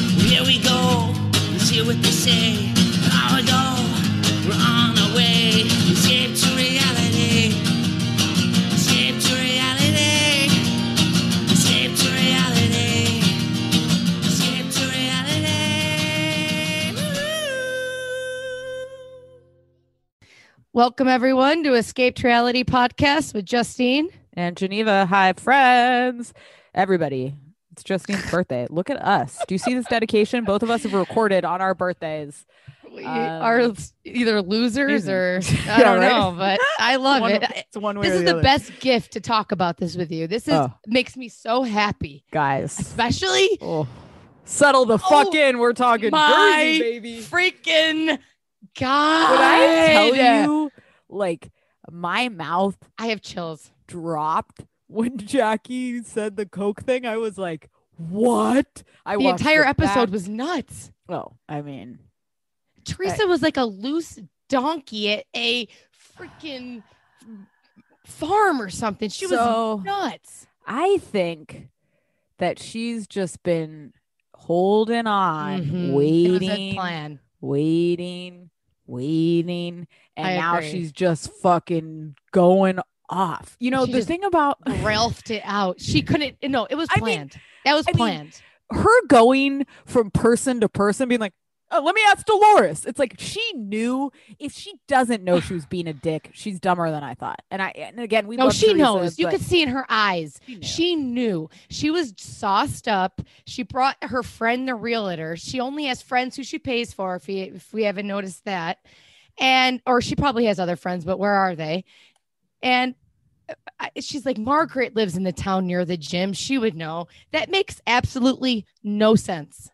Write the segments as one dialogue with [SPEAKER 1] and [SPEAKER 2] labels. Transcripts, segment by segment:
[SPEAKER 1] Here we go. Let's hear what they say. An hour ago, we're on our way. Escape to reality. Escape to reality. Escape to reality. Escape to reality.
[SPEAKER 2] Welcome everyone to Escaped Reality Podcast with Justine.
[SPEAKER 3] and Geneva. Hi, friends, everybody. It's Justine's birthday. Look at us. Do you see this dedication? Both of us have recorded on our birthdays.
[SPEAKER 2] We
[SPEAKER 3] Um,
[SPEAKER 2] are s- either losers or I
[SPEAKER 3] Yeah,
[SPEAKER 2] don't
[SPEAKER 3] right?
[SPEAKER 2] know, but I love
[SPEAKER 3] One-
[SPEAKER 2] it.
[SPEAKER 3] It's one way
[SPEAKER 2] This
[SPEAKER 3] or
[SPEAKER 2] is the
[SPEAKER 3] the, other.
[SPEAKER 2] best gift to talk about this with you. This is
[SPEAKER 3] Oh.
[SPEAKER 2] makes me so happy,
[SPEAKER 3] guys.
[SPEAKER 2] especially
[SPEAKER 3] Oh. Settle the fuck
[SPEAKER 2] Oh,
[SPEAKER 3] in. We're talking
[SPEAKER 2] my
[SPEAKER 3] Jersey, baby.
[SPEAKER 2] freaking God.
[SPEAKER 3] Would I tell you, like, my mouth
[SPEAKER 2] I have chills.
[SPEAKER 3] dropped when Jackie said the Coke thing. I was like, what? I
[SPEAKER 2] The
[SPEAKER 3] watched
[SPEAKER 2] entire
[SPEAKER 3] it
[SPEAKER 2] episode
[SPEAKER 3] back-
[SPEAKER 2] was nuts.
[SPEAKER 3] Oh, I mean,
[SPEAKER 2] Teresa was like a loose donkey at a freaking farm or something. She was
[SPEAKER 3] so-
[SPEAKER 2] nuts.
[SPEAKER 3] I think that she's just been holding on,
[SPEAKER 2] Mhm. It was a
[SPEAKER 3] waiting,
[SPEAKER 2] plan.
[SPEAKER 3] waiting, waiting, and
[SPEAKER 2] I
[SPEAKER 3] now
[SPEAKER 2] agree.
[SPEAKER 3] she's just fucking going off. You know,
[SPEAKER 2] She
[SPEAKER 3] the
[SPEAKER 2] just
[SPEAKER 3] thing about
[SPEAKER 2] Ralphed it out. She couldn't. No, it was
[SPEAKER 3] I mean-
[SPEAKER 2] planned. that was
[SPEAKER 3] I mean,
[SPEAKER 2] planned.
[SPEAKER 3] her going from person to person being like, Oh, let me ask Dolores. It's like she knew if she doesn't know she was being a dick, she's dumber than I thought. And I and again, we
[SPEAKER 2] no,
[SPEAKER 3] love
[SPEAKER 2] she
[SPEAKER 3] Teresa,
[SPEAKER 2] knows. You
[SPEAKER 3] but
[SPEAKER 2] could see in her eyes.
[SPEAKER 3] she knew.
[SPEAKER 2] She knew. She was sauced up. She brought her friend the realtor. She only has friends who she pays for. If we if we haven't noticed that, and or she probably has other friends, but where are they? And uh, I- she's like Margaret lives in the town near the gym. She would know. That makes absolutely no sense.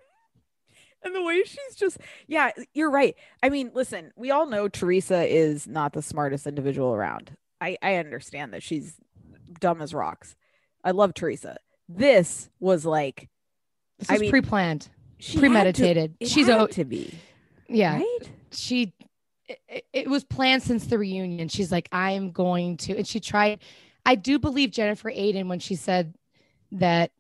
[SPEAKER 3] And the way she's just, yeah, you're right. I mean, listen, we all know Teresa is not the smartest individual around. I, I understand that she's dumb as rocks. I love Teresa. This was like
[SPEAKER 2] This
[SPEAKER 3] I
[SPEAKER 2] is
[SPEAKER 3] mean,
[SPEAKER 2] pre-planned,
[SPEAKER 3] she had to-
[SPEAKER 2] premeditated.
[SPEAKER 3] it
[SPEAKER 2] She's
[SPEAKER 3] had
[SPEAKER 2] a
[SPEAKER 3] to be
[SPEAKER 2] yeah.
[SPEAKER 3] right.
[SPEAKER 2] she it- it, it was planned since the reunion she's like i'm going to and she tried i do believe jennifer aiden when she said that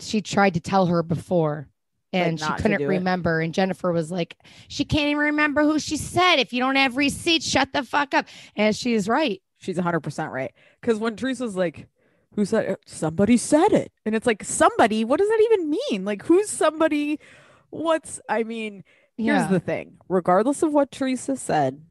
[SPEAKER 2] she tried to tell her before and she
[SPEAKER 3] not to
[SPEAKER 2] couldn't
[SPEAKER 3] do it.
[SPEAKER 2] remember and jennifer was like she can't even remember who she said if you don't have receipts shut the fuck up and she is right
[SPEAKER 3] She's 100 percent right. Because when Teresa's like, "Who said it?" Somebody said it, and it's like somebody. What does that even mean? Like, who's somebody? What's I mean? Here's
[SPEAKER 2] yeah
[SPEAKER 3] the thing regardless of what Teresa said,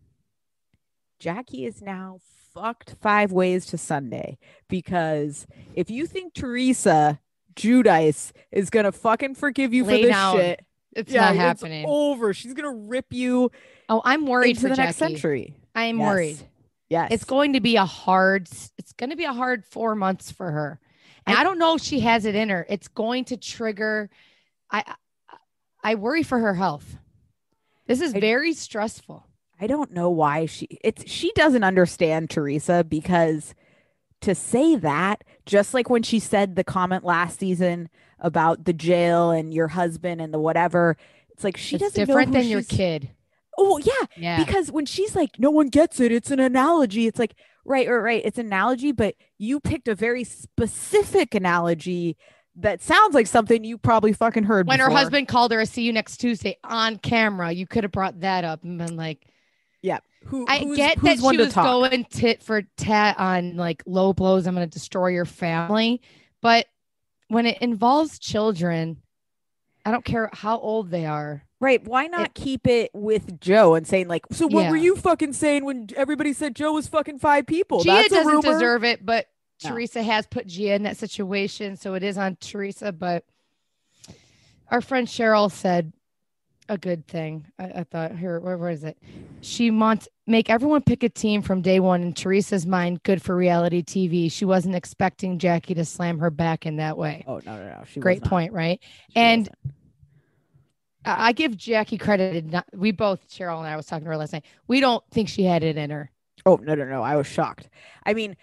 [SPEAKER 3] Jackie is now fucked five ways to Sunday because if you think Teresa Judice is gonna fucking forgive you
[SPEAKER 2] Lay
[SPEAKER 3] for this
[SPEAKER 2] down.
[SPEAKER 3] shit,
[SPEAKER 2] it's
[SPEAKER 3] yeah,
[SPEAKER 2] not
[SPEAKER 3] it's
[SPEAKER 2] happening oh,
[SPEAKER 3] over. She's gonna rip you
[SPEAKER 2] i'm worried
[SPEAKER 3] into
[SPEAKER 2] for
[SPEAKER 3] the
[SPEAKER 2] Jackie.
[SPEAKER 3] next century.
[SPEAKER 2] i'm
[SPEAKER 3] Yes.
[SPEAKER 2] worried
[SPEAKER 3] Yes,
[SPEAKER 2] it's going to be a hard it's going to be a hard four months for her and I, don't know if she has it in her it's going to trigger i I- i worry for her health this is
[SPEAKER 3] I-
[SPEAKER 2] very stressful
[SPEAKER 3] I don't know why she it's she doesn't understand Teresa because to say that just like when she said the comment last season about the jail and your husband and the whatever it's like she
[SPEAKER 2] it's
[SPEAKER 3] doesn't
[SPEAKER 2] different
[SPEAKER 3] know who
[SPEAKER 2] than your
[SPEAKER 3] she's-
[SPEAKER 2] kid
[SPEAKER 3] Oh yeah,
[SPEAKER 2] yeah
[SPEAKER 3] because when she's like no one gets it it's an analogy it's like right right right it's an analogy but you picked a very specific analogy that sounds like something you probably fucking heard
[SPEAKER 2] when her
[SPEAKER 3] before.
[SPEAKER 2] husband called her a see you next tuesday on camera you could have brought that up and been like
[SPEAKER 3] who
[SPEAKER 2] i
[SPEAKER 3] who's-
[SPEAKER 2] get
[SPEAKER 3] who's
[SPEAKER 2] that
[SPEAKER 3] one
[SPEAKER 2] she
[SPEAKER 3] to
[SPEAKER 2] was
[SPEAKER 3] talk?
[SPEAKER 2] going tit for tat on like low blows i'm going to destroy your family but when it involves children i don't care how old they are
[SPEAKER 3] Right. Why not keep it with Joe and saying, like, so what were
[SPEAKER 2] Yeah.
[SPEAKER 3] you fucking saying when everybody said Joe was fucking five people?
[SPEAKER 2] Gia
[SPEAKER 3] That's a
[SPEAKER 2] doesn't
[SPEAKER 3] rumor.
[SPEAKER 2] deserve it, but
[SPEAKER 3] No.
[SPEAKER 2] Teresa has put Gia in that situation, so it is on Teresa. But our friend Cheryl said a good thing. I, I thought here, where was it? She wants make everyone pick a team from day one. In Teresa's mind, good for reality TV. She wasn't expecting Jackie to slam her back in that way.
[SPEAKER 3] Oh, no, no, no. She was
[SPEAKER 2] Great
[SPEAKER 3] not.
[SPEAKER 2] point, right?
[SPEAKER 3] She
[SPEAKER 2] and
[SPEAKER 3] wasn't.
[SPEAKER 2] I I give Jackie credit. Not, we both, Cheryl and I was talking to her last night. We don't think she had it in her.
[SPEAKER 3] oh, no, no, no. I was shocked. I mean,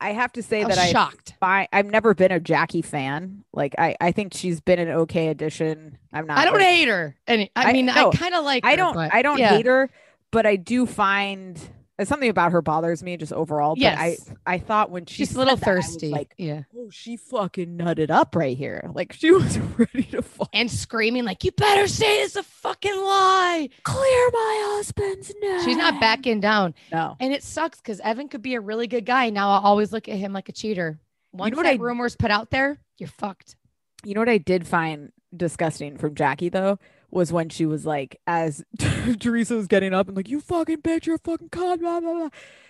[SPEAKER 3] I have to say
[SPEAKER 2] I was
[SPEAKER 3] that I,
[SPEAKER 2] shocked.
[SPEAKER 3] fi- I've never been a Jackie fan. Like, I, I think she's been an okay addition. I'm not,
[SPEAKER 2] I don't
[SPEAKER 3] like-
[SPEAKER 2] hate her. And I,
[SPEAKER 3] I-
[SPEAKER 2] mean,
[SPEAKER 3] no,
[SPEAKER 2] I kind of like.
[SPEAKER 3] I
[SPEAKER 2] her,
[SPEAKER 3] don't,
[SPEAKER 2] but
[SPEAKER 3] I don't
[SPEAKER 2] yeah.
[SPEAKER 3] hate her, but I do find It's something about her bothers me just overall.
[SPEAKER 2] Yes.
[SPEAKER 3] But I, I thought when she
[SPEAKER 2] She's
[SPEAKER 3] said
[SPEAKER 2] a little
[SPEAKER 3] that, I was
[SPEAKER 2] thirsty.
[SPEAKER 3] like,
[SPEAKER 2] yeah.
[SPEAKER 3] oh, she fucking nutted up right here. Like she was ready to fuck.
[SPEAKER 2] And screaming, like, you better say it's a fucking lie.
[SPEAKER 3] Clear my husband's name.
[SPEAKER 2] She's not backing down.
[SPEAKER 3] No.
[SPEAKER 2] And it sucks because Evan could be a really good guy. Now I always look at him like a cheater. Once
[SPEAKER 3] what
[SPEAKER 2] that
[SPEAKER 3] I-
[SPEAKER 2] rumor's put out there, you're fucked.
[SPEAKER 3] You know what I did find disgusting from Jackie though was when she was like, as Teresa was getting up and like, you fucking bitch, you're a fucking con, blah blah blah.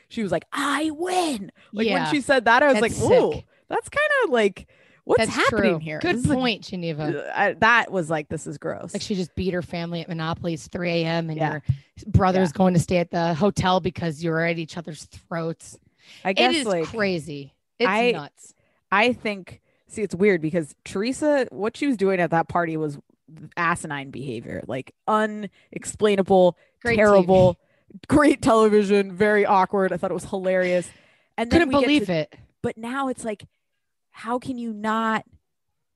[SPEAKER 3] She was like, I win. Like
[SPEAKER 2] yeah.
[SPEAKER 3] when she said that, I was
[SPEAKER 2] That's
[SPEAKER 3] like, ooh,
[SPEAKER 2] sick.
[SPEAKER 3] that's kind of like what's
[SPEAKER 2] that's
[SPEAKER 3] happening
[SPEAKER 2] true.
[SPEAKER 3] here.
[SPEAKER 2] Good
[SPEAKER 3] This is a-
[SPEAKER 2] point, Geneva.
[SPEAKER 3] I, that was like, this is gross.
[SPEAKER 2] Like she just beat her family at Monopoly. It's 3 a.m. and
[SPEAKER 3] Yeah.
[SPEAKER 2] your brother's going to stay at the hotel because you're at each other's throats.
[SPEAKER 3] I guess
[SPEAKER 2] it is
[SPEAKER 3] like
[SPEAKER 2] crazy. It's
[SPEAKER 3] I-
[SPEAKER 2] nuts.
[SPEAKER 3] I think see it's weird because Teresa what she was doing at that party was asinine behavior, like unexplainable,
[SPEAKER 2] Great
[SPEAKER 3] terrible, great television, very awkward. I thought it was hilarious. And then
[SPEAKER 2] Couldn't
[SPEAKER 3] we get
[SPEAKER 2] believe
[SPEAKER 3] to-
[SPEAKER 2] it.
[SPEAKER 3] But now it's like how can you not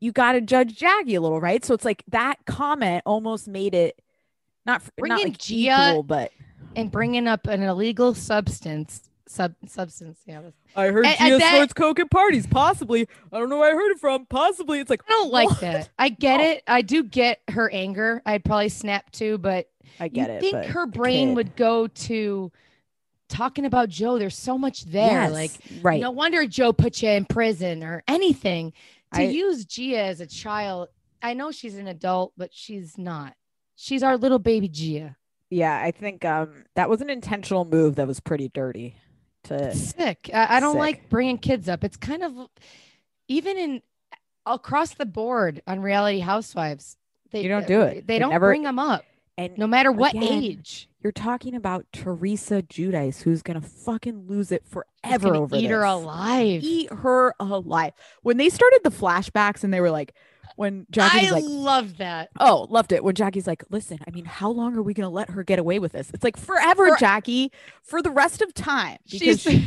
[SPEAKER 3] you got to judge Jaggy a little, right? So it's like that comment almost made it not f-
[SPEAKER 2] Bring
[SPEAKER 3] not
[SPEAKER 2] in
[SPEAKER 3] like
[SPEAKER 2] Gia
[SPEAKER 3] equal, but
[SPEAKER 2] And bringing up an illegal substance, sub substance. Yeah, that's-
[SPEAKER 3] I heard
[SPEAKER 2] And- and Gia that- snorts
[SPEAKER 3] coke at parties. Possibly, I don't know where I heard it from. Possibly, it's like
[SPEAKER 2] I don't like
[SPEAKER 3] What? Oh.
[SPEAKER 2] that. I get
[SPEAKER 3] No.
[SPEAKER 2] it. I do get her anger. I'd probably snap too, but
[SPEAKER 3] I get
[SPEAKER 2] you
[SPEAKER 3] it.
[SPEAKER 2] think
[SPEAKER 3] but
[SPEAKER 2] her
[SPEAKER 3] the
[SPEAKER 2] brain
[SPEAKER 3] kid.
[SPEAKER 2] would go to talking about Joe? There's so much there. Like,
[SPEAKER 3] Yes, right?
[SPEAKER 2] no wonder Joe put you in prison or anything. To
[SPEAKER 3] I-
[SPEAKER 2] use Gia as a child, I know she's an adult, but she's not. She's our little baby Gia.
[SPEAKER 3] Yeah, I think um that was an intentional move that was pretty dirty. To
[SPEAKER 2] sick. I, I don't
[SPEAKER 3] Sick.
[SPEAKER 2] like bringing kids up. It's kind of even in across the board on reality hhousewives. They uh,
[SPEAKER 3] You don't do it.
[SPEAKER 2] They
[SPEAKER 3] It
[SPEAKER 2] don't
[SPEAKER 3] never-
[SPEAKER 2] bring them up,
[SPEAKER 3] and
[SPEAKER 2] no matter what
[SPEAKER 3] Again,
[SPEAKER 2] age.
[SPEAKER 3] you're talking about Teresa Judice, who's gonna fucking lose it
[SPEAKER 2] He's
[SPEAKER 3] forever
[SPEAKER 2] gonna
[SPEAKER 3] over
[SPEAKER 2] eat her
[SPEAKER 3] this.
[SPEAKER 2] alive.
[SPEAKER 3] Eat her alive. When they started the flashbacks and they were like, when Jackie
[SPEAKER 2] I
[SPEAKER 3] was like,
[SPEAKER 2] love that.
[SPEAKER 3] oh, loved it. When Jackie's like, listen, I mean, how long are we gonna let her get away with this? It's like forever,
[SPEAKER 2] For-
[SPEAKER 3] Jackie, for the rest of time. Because
[SPEAKER 2] She's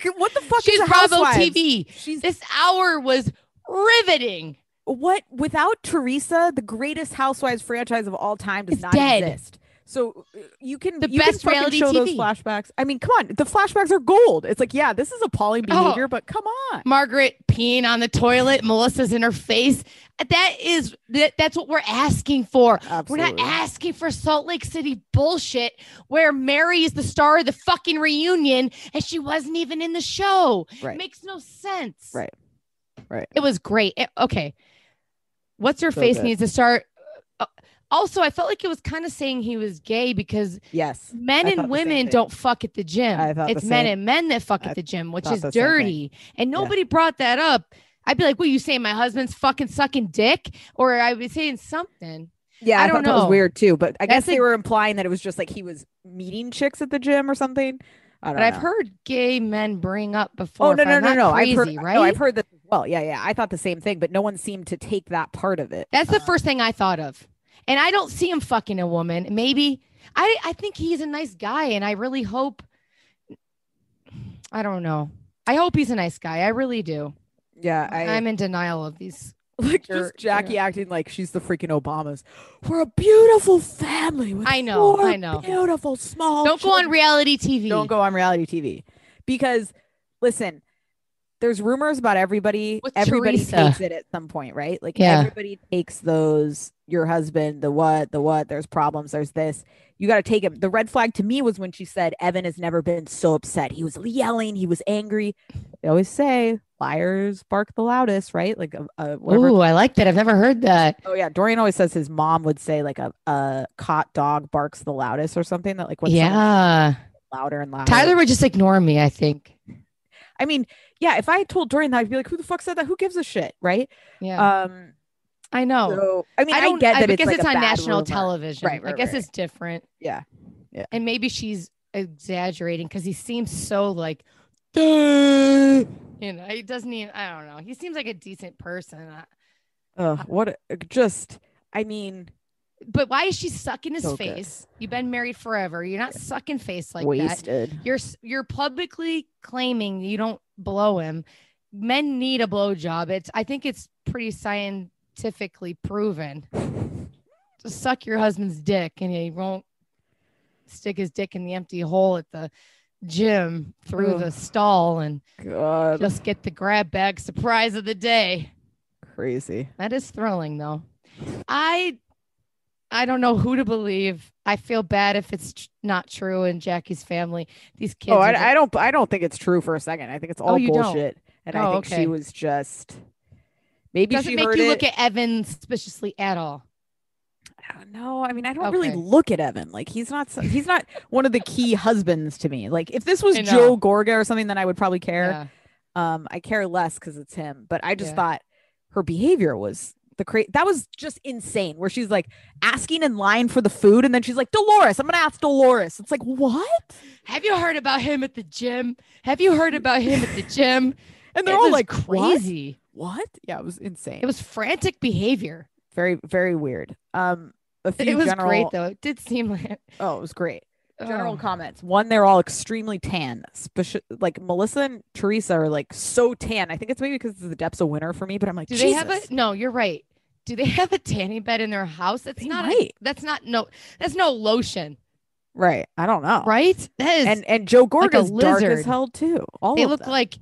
[SPEAKER 3] she- what the fuck
[SPEAKER 2] she's
[SPEAKER 3] is a
[SPEAKER 2] Bravo
[SPEAKER 3] housewives?
[SPEAKER 2] TV.
[SPEAKER 3] She's
[SPEAKER 2] This hour was riveting.
[SPEAKER 3] what without Teresa, the greatest Housewives franchise of all time does
[SPEAKER 2] It's
[SPEAKER 3] not
[SPEAKER 2] dead.
[SPEAKER 3] exist. So uh, you can
[SPEAKER 2] The
[SPEAKER 3] you can
[SPEAKER 2] best
[SPEAKER 3] fucking
[SPEAKER 2] reality
[SPEAKER 3] show those
[SPEAKER 2] TV.
[SPEAKER 3] flashbacks. I mean, come on, the flashbacks are gold. It's like, yeah, this is appalling
[SPEAKER 2] Oh.
[SPEAKER 3] behavior, but come on,
[SPEAKER 2] Margaret peeing on the toilet. Melissa's in her face. That is that, that's what we're asking for. We're
[SPEAKER 3] Absolutely.
[SPEAKER 2] not asking for Salt Lake City bullshit where Mary is the star of the fucking reunion and she wasn't even in the show.
[SPEAKER 3] Right.
[SPEAKER 2] Makes no sense.
[SPEAKER 3] Right. Right.
[SPEAKER 2] It was great. It- okay. What's her
[SPEAKER 3] So
[SPEAKER 2] face
[SPEAKER 3] good.
[SPEAKER 2] needs to start. uh, also, I felt like it was kind of saying he was gay because
[SPEAKER 3] yes,
[SPEAKER 2] men
[SPEAKER 3] I thought
[SPEAKER 2] and
[SPEAKER 3] the same
[SPEAKER 2] women
[SPEAKER 3] thing.
[SPEAKER 2] don't fuck at the gym.
[SPEAKER 3] I thought the
[SPEAKER 2] It's men
[SPEAKER 3] same-
[SPEAKER 2] and men that fuck
[SPEAKER 3] I
[SPEAKER 2] at the gym, which
[SPEAKER 3] thought
[SPEAKER 2] is
[SPEAKER 3] the same thing.
[SPEAKER 2] dirty. And
[SPEAKER 3] Yeah.
[SPEAKER 2] nobody brought that up. I'd be like, "What you saying? My husband's fucking sucking dick?" Or I was saying something.
[SPEAKER 3] yeah,
[SPEAKER 2] I
[SPEAKER 3] I,
[SPEAKER 2] don't
[SPEAKER 3] thought that
[SPEAKER 2] know.
[SPEAKER 3] was weird too. But I
[SPEAKER 2] That's
[SPEAKER 3] guess
[SPEAKER 2] a-
[SPEAKER 3] they were implying that it was just like he was meeting chicks at the gym or something. I don't
[SPEAKER 2] But I've
[SPEAKER 3] know.
[SPEAKER 2] heard gay men bring up before.
[SPEAKER 3] Oh no
[SPEAKER 2] if
[SPEAKER 3] no
[SPEAKER 2] I'm
[SPEAKER 3] no
[SPEAKER 2] not
[SPEAKER 3] no! I've heard
[SPEAKER 2] crazy,
[SPEAKER 3] right?
[SPEAKER 2] right.
[SPEAKER 3] no, I've heard that. Well, yeah yeah, I thought the same thing, but no one seemed to take that part of it.
[SPEAKER 2] That's the
[SPEAKER 3] Uh,
[SPEAKER 2] first thing I thought of, and I don't see him fucking a woman. Maybe I I think he's a nice guy, and I really hope. I don't know. I hope he's a nice guy. I really do.
[SPEAKER 3] Yeah, I,
[SPEAKER 2] I'm in denial of these.
[SPEAKER 3] like
[SPEAKER 2] Sure,
[SPEAKER 3] just Jackie
[SPEAKER 2] yeah.
[SPEAKER 3] acting like she's the freaking Obamas. We're a beautiful family. With
[SPEAKER 2] I know,
[SPEAKER 3] four
[SPEAKER 2] I know.
[SPEAKER 3] Beautiful small.
[SPEAKER 2] Don't go on
[SPEAKER 3] children.
[SPEAKER 2] reality TV.
[SPEAKER 3] Oh, Don't go on reality TV because listen, there's rumors about everybody.
[SPEAKER 2] With
[SPEAKER 3] everybody
[SPEAKER 2] Teresa.
[SPEAKER 3] takes it at some point, right? Like
[SPEAKER 2] Yeah.
[SPEAKER 3] everybody takes those. Your husband, the what, the what. There's problems. There's this. You got to take him. The red flag to me was when she said Evan has never been so upset. He was yelling. He was angry. They always say liars bark the loudest, right? Like a, a whatever
[SPEAKER 2] Ooh, I like that. I've never heard that.
[SPEAKER 3] Oh yeah, Dorian always says his mom would say like a, a caught dog barks the loudest or something that like when someone's
[SPEAKER 2] yeah.
[SPEAKER 3] louder and louder.
[SPEAKER 2] Tyler would just ignore me, I think.
[SPEAKER 3] Uh, I mean, yeah, if I told Dorian that, I'd be like, who the fuck said that? Who gives a shit, right?
[SPEAKER 2] Yeah.
[SPEAKER 3] Um,
[SPEAKER 2] I know.
[SPEAKER 3] so I mean,
[SPEAKER 2] I
[SPEAKER 3] I,
[SPEAKER 2] don't
[SPEAKER 3] get that.
[SPEAKER 2] I guess
[SPEAKER 3] like,
[SPEAKER 2] it's
[SPEAKER 3] a
[SPEAKER 2] on
[SPEAKER 3] bad
[SPEAKER 2] national
[SPEAKER 3] rumor.
[SPEAKER 2] television.
[SPEAKER 3] Right,
[SPEAKER 2] I
[SPEAKER 3] right,
[SPEAKER 2] guess
[SPEAKER 3] right.
[SPEAKER 2] it's different.
[SPEAKER 3] Yeah. Yeah.
[SPEAKER 2] And maybe she's exaggerating because he seems so like, "Duh," you know, he doesn't even, I don't know. He seems like a decent person. I-
[SPEAKER 3] Ugh, what? A, just, I mean,
[SPEAKER 2] But why is she sucking his
[SPEAKER 3] So good.
[SPEAKER 2] face? You've been married forever. You're not sucking face like that.
[SPEAKER 3] wasted.
[SPEAKER 2] You're s- you're publicly claiming you don't blow him. Men need a blow job. It's I think it's pretty scientifically proven. Just suck your husband's dick and he won't stick his dick in the empty hole at the Jim through
[SPEAKER 3] Ugh.
[SPEAKER 2] the stall and
[SPEAKER 3] God,
[SPEAKER 2] just get the grab bag surprise of the day.
[SPEAKER 3] crazy.
[SPEAKER 2] That is thrilling though. I I don't know who to believe. I feel bad if it's tr- not true in Jackie's family. These kids
[SPEAKER 3] Oh,
[SPEAKER 2] are Oh,
[SPEAKER 3] I, I don't. I don't think it's true for a second. I think it's all
[SPEAKER 2] you don't.
[SPEAKER 3] bullshit, and I
[SPEAKER 2] Oh,
[SPEAKER 3] think
[SPEAKER 2] okay.
[SPEAKER 3] she was just maybe
[SPEAKER 2] doesn't
[SPEAKER 3] she
[SPEAKER 2] make
[SPEAKER 3] heard
[SPEAKER 2] you
[SPEAKER 3] it.
[SPEAKER 2] look at Evan suspiciously at all.
[SPEAKER 3] I don't know. I mean, I don't really
[SPEAKER 2] Okay.
[SPEAKER 3] look at Evan. Like he's not so- he's not one of the key husbands to me. Like if this was
[SPEAKER 2] I know.
[SPEAKER 3] Joe Gorga or something, then I would probably care.
[SPEAKER 2] Yeah.
[SPEAKER 3] Um, I care less because it's him. But I just
[SPEAKER 2] Yeah.
[SPEAKER 3] thought her behavior was the cra- that was just insane. Where she's like asking in line for the food, and then she's like, Dolores, I'm gonna ask Dolores. It's like what?
[SPEAKER 2] Have you heard about him at the gym? Have you heard about him at the gym?
[SPEAKER 3] And they're
[SPEAKER 2] It
[SPEAKER 3] all
[SPEAKER 2] was
[SPEAKER 3] like What?
[SPEAKER 2] crazy.
[SPEAKER 3] What? Yeah, it was insane.
[SPEAKER 2] It was frantic behavior.
[SPEAKER 3] very very weird. Um, a few
[SPEAKER 2] It was
[SPEAKER 3] general-
[SPEAKER 2] great though. It did seem like
[SPEAKER 3] Oh, it was great. general
[SPEAKER 2] oh.
[SPEAKER 3] comments. One, they're all extremely tan. Speci- like Melissa and Teresa are like so tan. I think it's maybe because it's the depths of winter for me, but I'm like,
[SPEAKER 2] Do they have a
[SPEAKER 3] Jesus.
[SPEAKER 2] no? You're right. Do they have a tanning bed in their house? That's
[SPEAKER 3] They
[SPEAKER 2] not. A,
[SPEAKER 3] might.
[SPEAKER 2] that's not no. That's no lotion,
[SPEAKER 3] right? I don't know.
[SPEAKER 2] right? That is.
[SPEAKER 3] Oh. And and Joe
[SPEAKER 2] like a
[SPEAKER 3] Gorga's dark as
[SPEAKER 2] lizard.
[SPEAKER 3] hell too. All
[SPEAKER 2] they
[SPEAKER 3] of
[SPEAKER 2] look
[SPEAKER 3] them.
[SPEAKER 2] like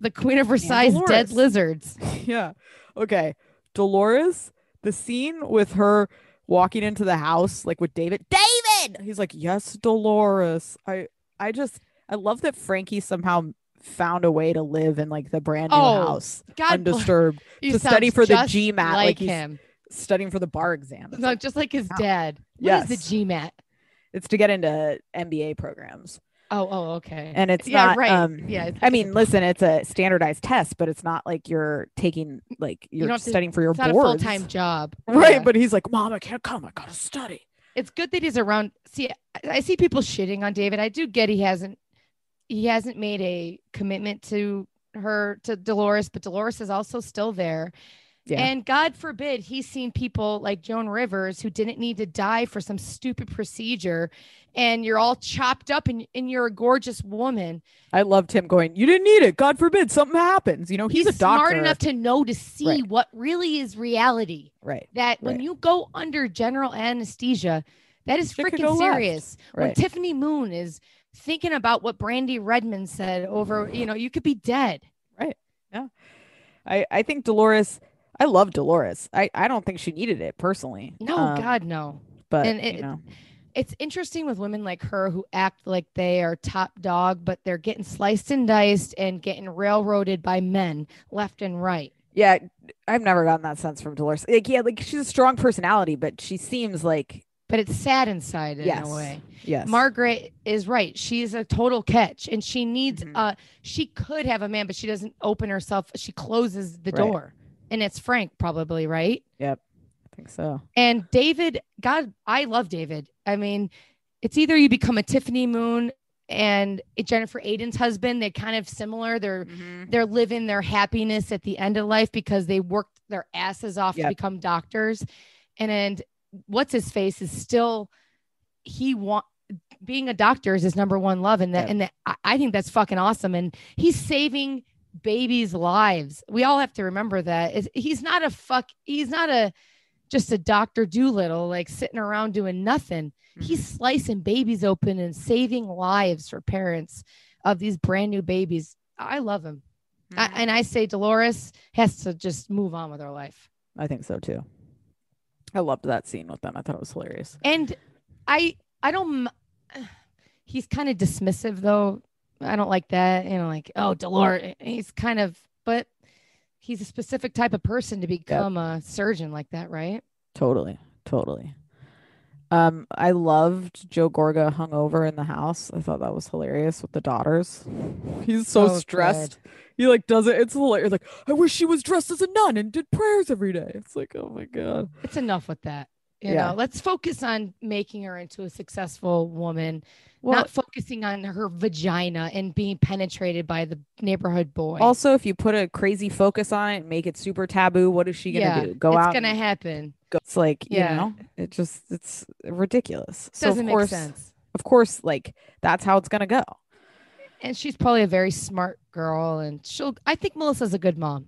[SPEAKER 2] the Queen of Versailles dead
[SPEAKER 3] Dolores.
[SPEAKER 2] lizards.
[SPEAKER 3] yeah. Okay. Dolores, the scene with her walking into the house, like with David. David! He's like, Yes, Dolores. I I just I love that Frankie somehow found a way to live in like the brand new
[SPEAKER 2] Oh,
[SPEAKER 3] house.
[SPEAKER 2] God, bless-
[SPEAKER 3] undisturbed.
[SPEAKER 2] you
[SPEAKER 3] to study
[SPEAKER 2] sounds
[SPEAKER 3] for the
[SPEAKER 2] just
[SPEAKER 3] GMAT, like
[SPEAKER 2] like,
[SPEAKER 3] he's-
[SPEAKER 2] him.
[SPEAKER 3] Studying for the bar exam. It's,
[SPEAKER 2] No,
[SPEAKER 3] like,
[SPEAKER 2] just like his dad. What is
[SPEAKER 3] Yes.
[SPEAKER 2] the GMAT?
[SPEAKER 3] it's to get into MBA programs.
[SPEAKER 2] Oh, oh, okay.
[SPEAKER 3] And it's
[SPEAKER 2] yeah,
[SPEAKER 3] not
[SPEAKER 2] right.
[SPEAKER 3] um
[SPEAKER 2] yeah, it's
[SPEAKER 3] I
[SPEAKER 2] like a-
[SPEAKER 3] mean, listen, it's a standardized test, but it's not like you're taking like you're
[SPEAKER 2] don't have to-
[SPEAKER 3] studying for your
[SPEAKER 2] it's not a full
[SPEAKER 3] boards.
[SPEAKER 2] time job,
[SPEAKER 3] Right,
[SPEAKER 2] Yeah.
[SPEAKER 3] but he's like, Mom, I can't come. I gotta study.
[SPEAKER 2] it's good that he's around. See, I, I see people shitting on David. I do get he hasn't he hasn't made a commitment to her to Dolores, but Dolores is also still there.
[SPEAKER 3] Yeah.
[SPEAKER 2] And God forbid he's seen people like Joan Rivers who didn't need to die for some stupid procedure and you're all chopped up and, and you're a gorgeous woman.
[SPEAKER 3] I loved him going, You didn't need it. God forbid something happens. You know, Oh, he's, a doctor.
[SPEAKER 2] smart enough to know to see
[SPEAKER 3] Right.
[SPEAKER 2] what really is reality
[SPEAKER 3] right.
[SPEAKER 2] that when
[SPEAKER 3] Right.
[SPEAKER 2] you go under general anesthesia, that is
[SPEAKER 3] Shit could
[SPEAKER 2] freaking
[SPEAKER 3] go left.
[SPEAKER 2] serious. When
[SPEAKER 3] Right.
[SPEAKER 2] Tiffany Moon is thinking about what Brandy Redmond said over, you know, you could be dead.
[SPEAKER 3] I, I think Dolores I love Dolores. I, I don't think she needed it personally.
[SPEAKER 2] No,
[SPEAKER 3] Um,
[SPEAKER 2] God, no.
[SPEAKER 3] But
[SPEAKER 2] and
[SPEAKER 3] you
[SPEAKER 2] it-
[SPEAKER 3] know,
[SPEAKER 2] It's interesting with women like her who act like they are top dog, but they're getting sliced and diced and getting railroaded by men left and right.
[SPEAKER 3] yeah, I've never gotten that sense from Dolores. Like, yeah, like she's a strong personality, but she seems like
[SPEAKER 2] But it's sad inside in
[SPEAKER 3] Yes.
[SPEAKER 2] a way.
[SPEAKER 3] yes.
[SPEAKER 2] Margaret is right. She's a total catch and she needs
[SPEAKER 3] Mhm.
[SPEAKER 2] uh she could have a man, but she doesn't open herself. She closes the
[SPEAKER 3] Right.
[SPEAKER 2] door. And it's Frank, probably, right?
[SPEAKER 3] I think so.
[SPEAKER 2] And David, God, I love David. I mean, it's either you become a Tiffany Moon and Jennifer Aiden's husband. They're kind of similar. They're they're living their happiness at the end of life because they worked their asses off to
[SPEAKER 3] Yep.
[SPEAKER 2] become doctors. And and what's his face is still he want being a doctor is his number one love. And that
[SPEAKER 3] Yep.
[SPEAKER 2] and that I, I think that's fucking awesome. And he's saving babies' lives. We all have to remember that. It's- he's not a fuck, he's not a just a Dr. Doolittle, like sitting around doing nothing. He's slicing babies open and saving lives for parents of these brand new babies. I love him. I,
[SPEAKER 3] Mm-hmm.
[SPEAKER 2] and I say Dolores has to just move on with her life.
[SPEAKER 3] I think so too. I loved that scene with them. I thought it was hilarious.
[SPEAKER 2] And I, I don't, m- he's kind of dismissive though. I don't like that. You know, like, oh, Dolores, he's kind of, but he's a specific type of person to become a surgeon like that, right?
[SPEAKER 3] Totally, totally. Um, I loved Joe Gorga hung over in the house. I thought that was hilarious with the daughters. He's so
[SPEAKER 2] So good.
[SPEAKER 3] stressed. He like does it. It's hilarious. Like I wish she was dressed as a nun and did prayers every day. It's like oh my god.
[SPEAKER 2] It's enough with that. You
[SPEAKER 3] Yeah.
[SPEAKER 2] know, let's focus on making her into a successful woman,
[SPEAKER 3] Well,
[SPEAKER 2] not focusing on her vagina and being penetrated by the neighborhood boy.
[SPEAKER 3] also if you put a crazy focus on it and make it super taboo, what is she gonna
[SPEAKER 2] Yeah,
[SPEAKER 3] do? Go
[SPEAKER 2] it's
[SPEAKER 3] out.
[SPEAKER 2] gonna
[SPEAKER 3] and
[SPEAKER 2] happen.
[SPEAKER 3] go. It's like
[SPEAKER 2] Yeah.
[SPEAKER 3] you know, it just it's ridiculous. so
[SPEAKER 2] Doesn't
[SPEAKER 3] of course,
[SPEAKER 2] make sense.
[SPEAKER 3] of course, like that's how it's gonna go.
[SPEAKER 2] and she's probably a very smart girl and she'll i think melissa's a good mom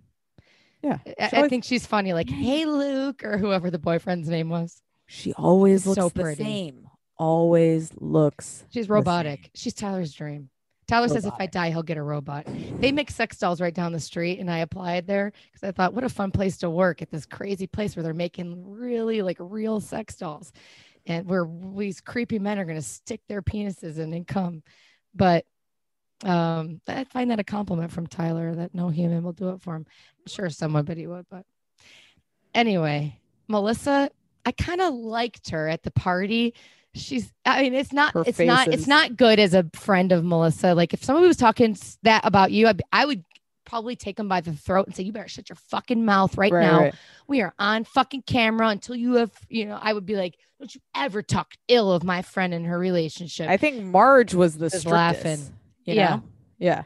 [SPEAKER 3] Yeah,
[SPEAKER 2] i,
[SPEAKER 3] she
[SPEAKER 2] I
[SPEAKER 3] always-
[SPEAKER 2] think she's funny like hey luke or whoever the boyfriend's name was
[SPEAKER 3] She always
[SPEAKER 2] It's
[SPEAKER 3] looks
[SPEAKER 2] so
[SPEAKER 3] the
[SPEAKER 2] pretty.
[SPEAKER 3] same. Always looks
[SPEAKER 2] she's robotic she's tyler's dream Tyler says if I die, he'll get a robot. They make sex dolls right down the street, and I applied there because I thought, what a fun place to work at this crazy place where they're making really like real sex dolls, and where these creepy men are going to stick their penises in and come. But um, I find that a compliment from Tyler that no human will do it for him. I'm sure someone, but he would. But anyway, Melissa, I kind of liked her at the party. She's, I mean, it's not,
[SPEAKER 3] Her
[SPEAKER 2] it's not, it's
[SPEAKER 3] faces.
[SPEAKER 2] not good as a friend of Melissa. Like if somebody was talking s- that about you, I'd, I would probably take him by the throat and say, you better shut your fucking mouth right, now. We are on fucking camera until you have, you know, I would be like, don't you ever talk ill of my friend and her relationship.
[SPEAKER 3] I think Marge was the
[SPEAKER 2] Just
[SPEAKER 3] strictest.
[SPEAKER 2] laughing.
[SPEAKER 3] you
[SPEAKER 2] Yeah.
[SPEAKER 3] know? Yeah.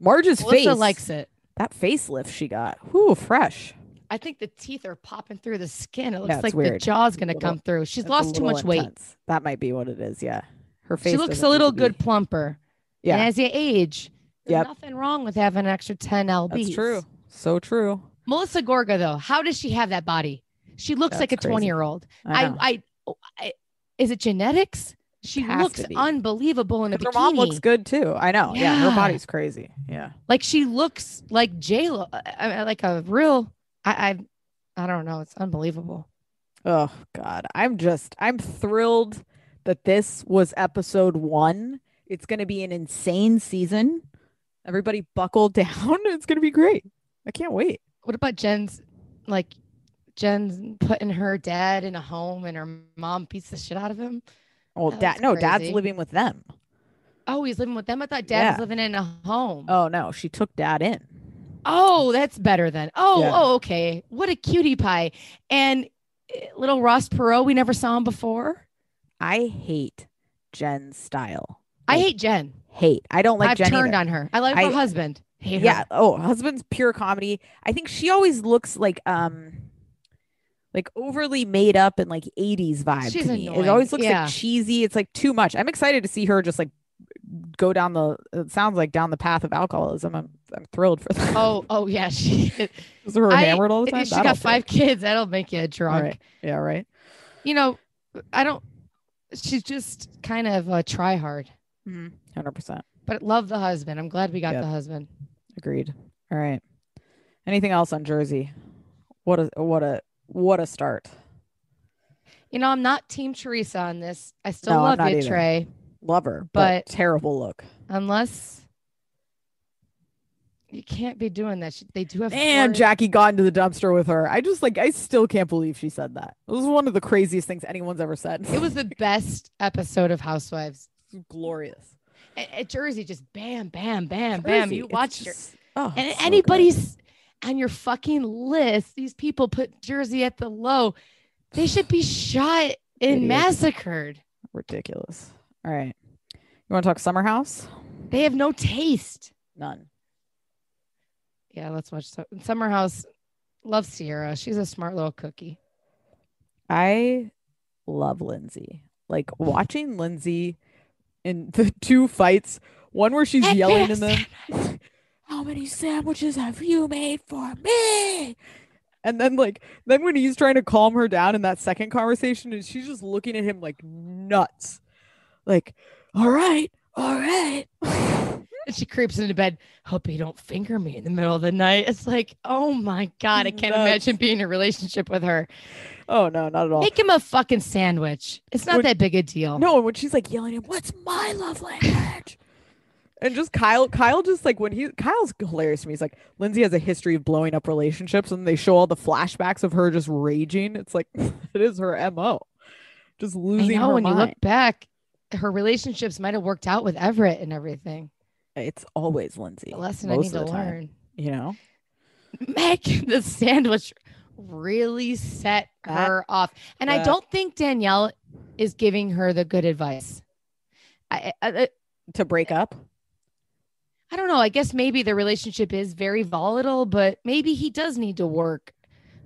[SPEAKER 3] Marge's
[SPEAKER 2] Melissa
[SPEAKER 3] face.
[SPEAKER 2] likes it.
[SPEAKER 3] that facelift she got. Whoo, fresh.
[SPEAKER 2] I think the teeth are popping through the skin. It looks
[SPEAKER 3] it's
[SPEAKER 2] like the
[SPEAKER 3] weird.
[SPEAKER 2] jaw's
[SPEAKER 3] It's a
[SPEAKER 2] going to
[SPEAKER 3] little-
[SPEAKER 2] come through. She's
[SPEAKER 3] That's a
[SPEAKER 2] lost too
[SPEAKER 3] little
[SPEAKER 2] much weight.
[SPEAKER 3] intense. That might be what it is. Yeah. Her face.
[SPEAKER 2] She looks
[SPEAKER 3] doesn't
[SPEAKER 2] a
[SPEAKER 3] need
[SPEAKER 2] little
[SPEAKER 3] to
[SPEAKER 2] good
[SPEAKER 3] be-
[SPEAKER 2] plumper. And
[SPEAKER 3] E Yeah.
[SPEAKER 2] as you age, there's
[SPEAKER 3] Yep.
[SPEAKER 2] nothing wrong with having an extra 10 lbs.
[SPEAKER 3] That's true. So true.
[SPEAKER 2] Melissa Gorga, though, how does she have that body? She looks like a
[SPEAKER 3] That's crazy.
[SPEAKER 2] 20 year old.
[SPEAKER 3] I,
[SPEAKER 2] I,
[SPEAKER 3] know.
[SPEAKER 2] I, I, is it genetics? She
[SPEAKER 3] Has to
[SPEAKER 2] looks
[SPEAKER 3] be.
[SPEAKER 2] unbelievable in a
[SPEAKER 3] 'Cause
[SPEAKER 2] bikini.
[SPEAKER 3] her mom looks good too. I know. Yeah.
[SPEAKER 2] Yeah.
[SPEAKER 3] Her body's crazy. Yeah.
[SPEAKER 2] like she looks like J Lo, uh, like a real. I, I, I don't know. It's unbelievable.
[SPEAKER 3] Oh God. I'm just I'm thrilled that this was episode one. It's gonna be an insane season. Everybody buckle down. It's gonna be great. I can't wait.
[SPEAKER 2] What about Jen's like Jen's putting her dad in a home and her mom beats the shit out of him?
[SPEAKER 3] Well,
[SPEAKER 2] That
[SPEAKER 3] Oh, dad
[SPEAKER 2] was
[SPEAKER 3] no, dad's
[SPEAKER 2] crazy.
[SPEAKER 3] living with them.
[SPEAKER 2] Oh, he's living with them. I thought dad was
[SPEAKER 3] Yeah.
[SPEAKER 2] living in a home. Oh,
[SPEAKER 3] Oh no, she took dad in.
[SPEAKER 2] that's better then. Oh,
[SPEAKER 3] Yeah.
[SPEAKER 2] oh, okay. What a cutie pie. And eh, little Ross Perot, we never saw him before.
[SPEAKER 3] I hate Jen's style.
[SPEAKER 2] I
[SPEAKER 3] Like,
[SPEAKER 2] hate Jen.
[SPEAKER 3] Hate. I don't like
[SPEAKER 2] I've
[SPEAKER 3] Jen.
[SPEAKER 2] turned
[SPEAKER 3] either.
[SPEAKER 2] on her. I like her
[SPEAKER 3] I-
[SPEAKER 2] husband. Hate
[SPEAKER 3] yeah.
[SPEAKER 2] her.
[SPEAKER 3] Oh, husband's pure comedy. I think she always looks like um like overly made up and like 80s vibe
[SPEAKER 2] She's
[SPEAKER 3] to me.
[SPEAKER 2] annoying.
[SPEAKER 3] It always looks
[SPEAKER 2] Yeah.
[SPEAKER 3] like cheesy. It's like too much. I'm excited to see her just like go down the it sounds like down the path of alcoholism. I'm I'm thrilled for that.
[SPEAKER 2] Oh, oh yeah. She
[SPEAKER 3] Is her
[SPEAKER 2] I-
[SPEAKER 3] hammered all the time?
[SPEAKER 2] she
[SPEAKER 3] That'll
[SPEAKER 2] got five
[SPEAKER 3] break.
[SPEAKER 2] kids. That'll make you
[SPEAKER 3] All
[SPEAKER 2] drunk.
[SPEAKER 3] right. Yeah, right.
[SPEAKER 2] You know, I don't she's just kind of a try hard. Mm-hmm.
[SPEAKER 3] Hundred percent.
[SPEAKER 2] But love the husband. I'm glad we got
[SPEAKER 3] Yep.
[SPEAKER 2] the husband.
[SPEAKER 3] Agreed. All right. Anything else on Jersey? What a what a what a start.
[SPEAKER 2] You know, I'm not Team Teresa on this. I still
[SPEAKER 3] No, I'm
[SPEAKER 2] love
[SPEAKER 3] not
[SPEAKER 2] you,
[SPEAKER 3] either.
[SPEAKER 2] Trey,
[SPEAKER 3] Lover,
[SPEAKER 2] But-
[SPEAKER 3] but, terrible look.
[SPEAKER 2] unless you can't be doing that. She- They do have
[SPEAKER 3] And
[SPEAKER 2] flirt-
[SPEAKER 3] Jackie got into the dumpster with her. I just like I still can't believe she said that. It was one of the craziest things anyone's ever said.
[SPEAKER 2] It was the best episode of Housewives.
[SPEAKER 3] glorious.
[SPEAKER 2] At, at Jersey, just bam, bam, bam, bam. You watched her.
[SPEAKER 3] Oh,
[SPEAKER 2] And
[SPEAKER 3] so
[SPEAKER 2] anybody's on your fucking list, these people put Jersey at the low. They should be shot and
[SPEAKER 3] Idiots.
[SPEAKER 2] massacred.
[SPEAKER 3] good. ridiculous. All right. You want to talk Summer House?
[SPEAKER 2] They have no taste.
[SPEAKER 3] None.
[SPEAKER 2] Yeah, let's watch so- Summer House. Love Sierra. She's a smart little cookie.
[SPEAKER 3] I love Lindsay. Like watching Lindsay in the two fights, one where she's
[SPEAKER 2] Heck
[SPEAKER 3] yelling
[SPEAKER 2] yes.
[SPEAKER 3] in them, How many sandwiches have you made for me? And then like then when he's trying to calm her down in that second conversation and she's just looking at him like nuts. Like, all right, all right.
[SPEAKER 2] And she creeps into bed. Hope you don't finger me in the middle of the night. It's like, oh my God, I can't
[SPEAKER 3] Nuts.
[SPEAKER 2] imagine being in a relationship with her.
[SPEAKER 3] oh no, not at all.
[SPEAKER 2] Make him a fucking sandwich. It's not
[SPEAKER 3] Would-
[SPEAKER 2] that big a deal.
[SPEAKER 3] No, and when she's like yelling at him, what's my love language? and just Kyle, Kyle just like when he Kyle's hilarious to me. He's like, Lindsay has a history of blowing up relationships, and they show all the flashbacks of her just raging. It's like it is her MO. Just
[SPEAKER 2] I
[SPEAKER 3] losing
[SPEAKER 2] know
[SPEAKER 3] her
[SPEAKER 2] when you
[SPEAKER 3] mind.
[SPEAKER 2] look back, her relationships might have worked out with Everett and everything.
[SPEAKER 3] It's always Lindsay.
[SPEAKER 2] A lesson
[SPEAKER 3] most
[SPEAKER 2] I
[SPEAKER 3] of
[SPEAKER 2] need
[SPEAKER 3] the
[SPEAKER 2] to
[SPEAKER 3] time,
[SPEAKER 2] learn.
[SPEAKER 3] You know?
[SPEAKER 2] Make the sandwich really set
[SPEAKER 3] That-
[SPEAKER 2] her off. And I
[SPEAKER 3] that-
[SPEAKER 2] don't think Danielle is giving her the good advice. I, I, I-
[SPEAKER 3] To break up.
[SPEAKER 2] I don't know. I guess maybe the relationship is very volatile, but maybe he does need to work.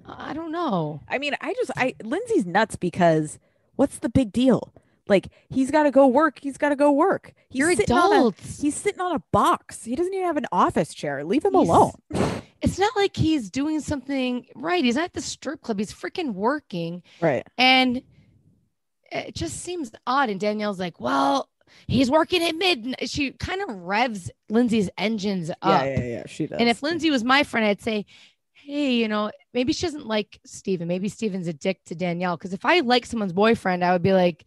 [SPEAKER 2] I don't know.
[SPEAKER 3] I mean, I just I Lindsay's nuts because what's the big deal? Like he's gotta go work. He's gotta go work. He's
[SPEAKER 2] You're
[SPEAKER 3] sitting on a-
[SPEAKER 2] adults.
[SPEAKER 3] he's sitting on a box. He doesn't even have an office chair. Leave him
[SPEAKER 2] He's-
[SPEAKER 3] alone.
[SPEAKER 2] It's not like he's doing something right. He's not at the strip club. He's freaking working.
[SPEAKER 3] Right.
[SPEAKER 2] And it just seems odd. And Danielle's like, well, he's working at midnight. She kind of revs Lindsay's engines up.
[SPEAKER 3] Yeah, yeah, yeah. She does.
[SPEAKER 2] Um, And if Lindsay was my friend, I'd say, hey, you know, maybe she doesn't like Steven. Maybe Steven's a dick to Danielle. Because if I like someone's boyfriend, I would be like,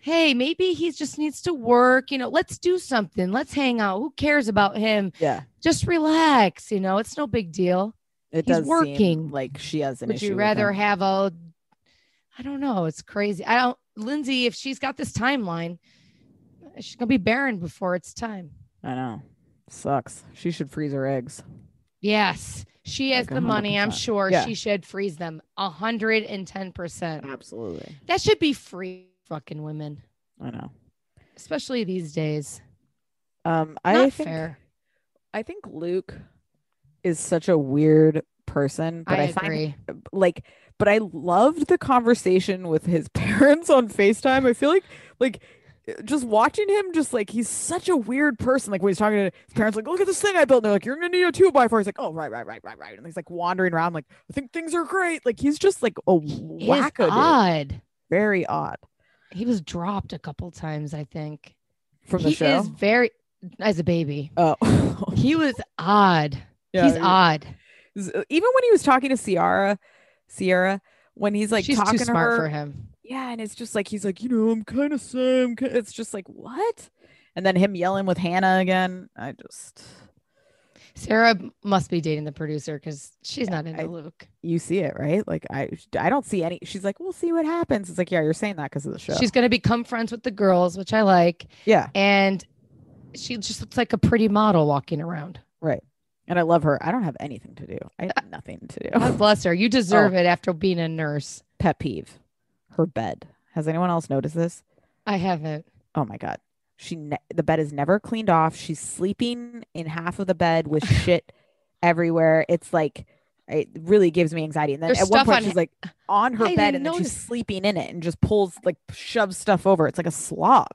[SPEAKER 2] hey, maybe he just needs to work. You know, let's do something. Let's hang out. Who cares about him?
[SPEAKER 3] yeah,
[SPEAKER 2] Just relax. You know, it's no big deal.
[SPEAKER 3] it
[SPEAKER 2] he's
[SPEAKER 3] does seem
[SPEAKER 2] working.
[SPEAKER 3] like she has an
[SPEAKER 2] Would
[SPEAKER 3] issue.
[SPEAKER 2] you
[SPEAKER 3] with
[SPEAKER 2] rather
[SPEAKER 3] him.
[SPEAKER 2] have a, I don't know. It's crazy. I don't, Lindsay, if she's got this timeline, she's going to be barren before it's time.
[SPEAKER 3] I know. Sucks. She should freeze her eggs.
[SPEAKER 2] Yes. She has
[SPEAKER 3] Like
[SPEAKER 2] the money. I'm
[SPEAKER 3] 100%.
[SPEAKER 2] sure
[SPEAKER 3] Yeah.
[SPEAKER 2] she should freeze them 110%.
[SPEAKER 3] Mm. Absolutely.
[SPEAKER 2] That should be free fucking women,
[SPEAKER 3] I know.
[SPEAKER 2] especially these days.
[SPEAKER 3] Um, I
[SPEAKER 2] Not
[SPEAKER 3] think
[SPEAKER 2] fair.
[SPEAKER 3] I think Luke is such a weird person, but I,
[SPEAKER 2] I,
[SPEAKER 3] find
[SPEAKER 2] agree.
[SPEAKER 3] like but i loved the conversation with his parents on facetime i feel like like just watching him just like he's such a weird person like when he's talking to his parents like look at this thing i built and they're like you're gonna need a two by four he's like oh right right right right right and he's like wandering around like i think things are great like he's just like a
[SPEAKER 2] He is
[SPEAKER 3] wacko
[SPEAKER 2] odd.
[SPEAKER 3] very odd
[SPEAKER 2] He was dropped a couple times, I think.
[SPEAKER 3] from
[SPEAKER 2] he
[SPEAKER 3] the show
[SPEAKER 2] is very as a baby.
[SPEAKER 3] oh
[SPEAKER 2] He was odd. He's
[SPEAKER 3] he-
[SPEAKER 2] odd.
[SPEAKER 3] z- even when he was talking to ciara sierra when he's like
[SPEAKER 2] She's
[SPEAKER 3] talking
[SPEAKER 2] too
[SPEAKER 3] to
[SPEAKER 2] smart
[SPEAKER 3] her
[SPEAKER 2] for him.
[SPEAKER 3] Yeah, and it's just like he's like, you know, I'm kind of sad. I'm kinda-" It's just like what? And then him yelling with Hannah again. I just
[SPEAKER 2] Sarah must be dating the producer because she's not into
[SPEAKER 3] I-
[SPEAKER 2] Luke.
[SPEAKER 3] you see it right. Like I I don't see any. She's like, we'll see what happens. It's like yeah, you're saying that because of the show.
[SPEAKER 2] She's gonna become friends with the girls, which I like.
[SPEAKER 3] yeah,
[SPEAKER 2] And she just looks like a pretty model walking around.
[SPEAKER 3] and I love her. I don't have anything to do. I have nothing to
[SPEAKER 2] God
[SPEAKER 3] do.
[SPEAKER 2] bless her. You deserve
[SPEAKER 3] Oh.
[SPEAKER 2] it after being a nurse.
[SPEAKER 3] Pet peeve, her bed. Has anyone else noticed this?
[SPEAKER 2] I haven't.
[SPEAKER 3] Oh my god, she ne- the bed is never cleaned off. She's sleeping in half of the bed with shit everywhere. It's like it really gives me anxiety. And then
[SPEAKER 2] There's
[SPEAKER 3] at one
[SPEAKER 2] stuff
[SPEAKER 3] point
[SPEAKER 2] on
[SPEAKER 3] she's like on her
[SPEAKER 2] I
[SPEAKER 3] bed
[SPEAKER 2] didn't
[SPEAKER 3] and then she's
[SPEAKER 2] notice.
[SPEAKER 3] sleeping in it and just pulls like shoves stuff over. It's like a slob.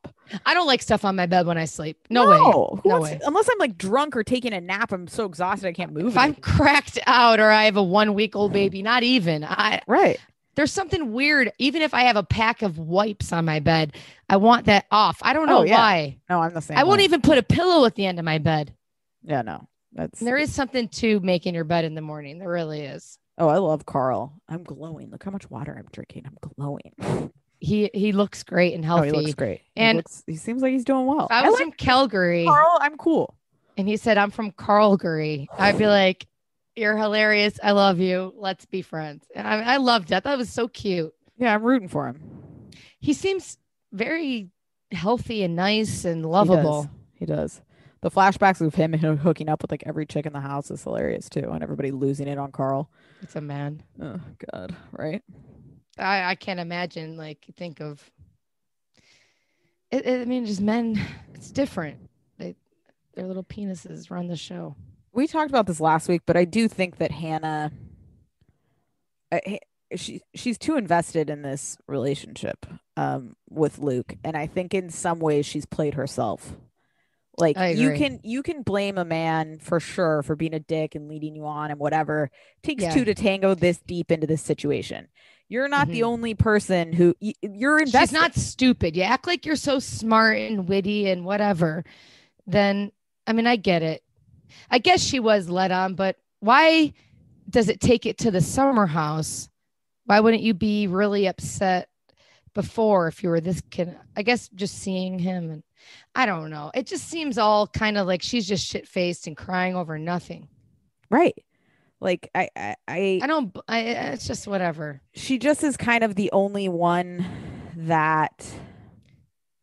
[SPEAKER 2] I don't like stuff on my bed when I sleep. No, way.
[SPEAKER 3] Who
[SPEAKER 2] No
[SPEAKER 3] wants-
[SPEAKER 2] way.
[SPEAKER 3] Unless I'm like drunk or taking a nap, I'm so exhausted I can't move.
[SPEAKER 2] If I'm
[SPEAKER 3] anything.
[SPEAKER 2] cracked out or I have a one week old baby, not even. I
[SPEAKER 3] right.
[SPEAKER 2] there's something weird. Even if I have a pack of wipes on my bed, I want that off. I don't know
[SPEAKER 3] Oh, yeah.
[SPEAKER 2] why.
[SPEAKER 3] No, I'm the same.
[SPEAKER 2] I won't
[SPEAKER 3] way.
[SPEAKER 2] even put a pillow at the end of my bed.
[SPEAKER 3] Yeah, no. That's
[SPEAKER 2] And there is something to making your bed in the morning. There really is.
[SPEAKER 3] oh, I love Carl. I'm glowing. Look how much water I'm drinking. I'm glowing.
[SPEAKER 2] He he looks great and
[SPEAKER 3] Oh,
[SPEAKER 2] healthy.
[SPEAKER 3] he looks great.
[SPEAKER 2] And-
[SPEAKER 3] he, looks, he seems like he's doing well.
[SPEAKER 2] if I
[SPEAKER 3] I
[SPEAKER 2] was
[SPEAKER 3] like
[SPEAKER 2] from Calgary
[SPEAKER 3] Carl, I'm cool.
[SPEAKER 2] and he said I'm from Calgary, I'd
[SPEAKER 3] Oh.
[SPEAKER 2] be like, "You're hilarious. I love you. Let's be friends." And I, I loved that. That was so cute.
[SPEAKER 3] Yeah, I'm rooting for him.
[SPEAKER 2] He seems very healthy and nice and
[SPEAKER 3] He does.
[SPEAKER 2] lovable.
[SPEAKER 3] He does. The flashbacks of him ho- hooking up with like every chick in the house is hilarious too, and everybody losing it on Carl.
[SPEAKER 2] It's a man.
[SPEAKER 3] Oh God, right?
[SPEAKER 2] I, I can't imagine like think of. It, it- I mean, just men. It's different. They, their little penises run the show.
[SPEAKER 3] We talked about this last week, but I do think that Hannah, I, h- she she's too invested in this relationship um, with Luke, and I think in some ways she's played herself. Like
[SPEAKER 2] I
[SPEAKER 3] you
[SPEAKER 2] agree.
[SPEAKER 3] can you can blame a man for sure for being a dick and leading you on and whatever. takes
[SPEAKER 2] Yeah.
[SPEAKER 3] two to tango this deep into this situation. You're not the
[SPEAKER 2] Mhm.
[SPEAKER 3] only person who y- you're invested.
[SPEAKER 2] She's not stupid. You act like you're so smart and witty and whatever. Then, I mean, I get it. I guess she was led on, but why does it take it to the summer house? Why wouldn't you be really upset before if you were this kid? I guess just seeing him and I don't know. It just seems all kind of like she's just shit faced and crying over nothing.
[SPEAKER 3] right. Like I, I, I,
[SPEAKER 2] I don't, I, it's just whatever.
[SPEAKER 3] she just is kind of the only one that.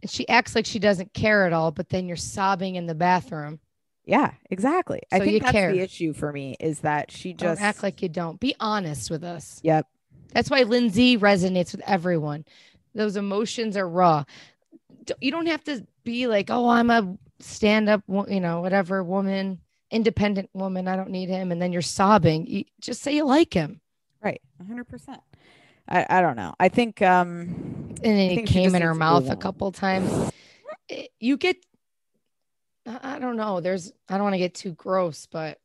[SPEAKER 2] And she acts like she doesn't care at all, but then you're sobbing in the bathroom.
[SPEAKER 3] Yeah, exactly. I
[SPEAKER 2] So
[SPEAKER 3] think
[SPEAKER 2] you
[SPEAKER 3] that's
[SPEAKER 2] care.
[SPEAKER 3] the issue for me is that she just
[SPEAKER 2] don't act like you don't. Be honest with us.
[SPEAKER 3] Yep.
[SPEAKER 2] That's why Lindsay resonates with everyone. Those emotions are raw. D- You don't have to be like, oh, I'm a stand up, you know, whatever woman, independent woman. I don't need him. And then you're sobbing. You, just say you like him.
[SPEAKER 3] right, hundred percent. I, I don't know. I think um,
[SPEAKER 2] And
[SPEAKER 3] I
[SPEAKER 2] then it
[SPEAKER 3] think she
[SPEAKER 2] came
[SPEAKER 3] just
[SPEAKER 2] in her
[SPEAKER 3] needs to
[SPEAKER 2] mouth
[SPEAKER 3] move
[SPEAKER 2] a
[SPEAKER 3] on.
[SPEAKER 2] couple times. It- you get, I I don't know. There's, I don't want to get too gross, but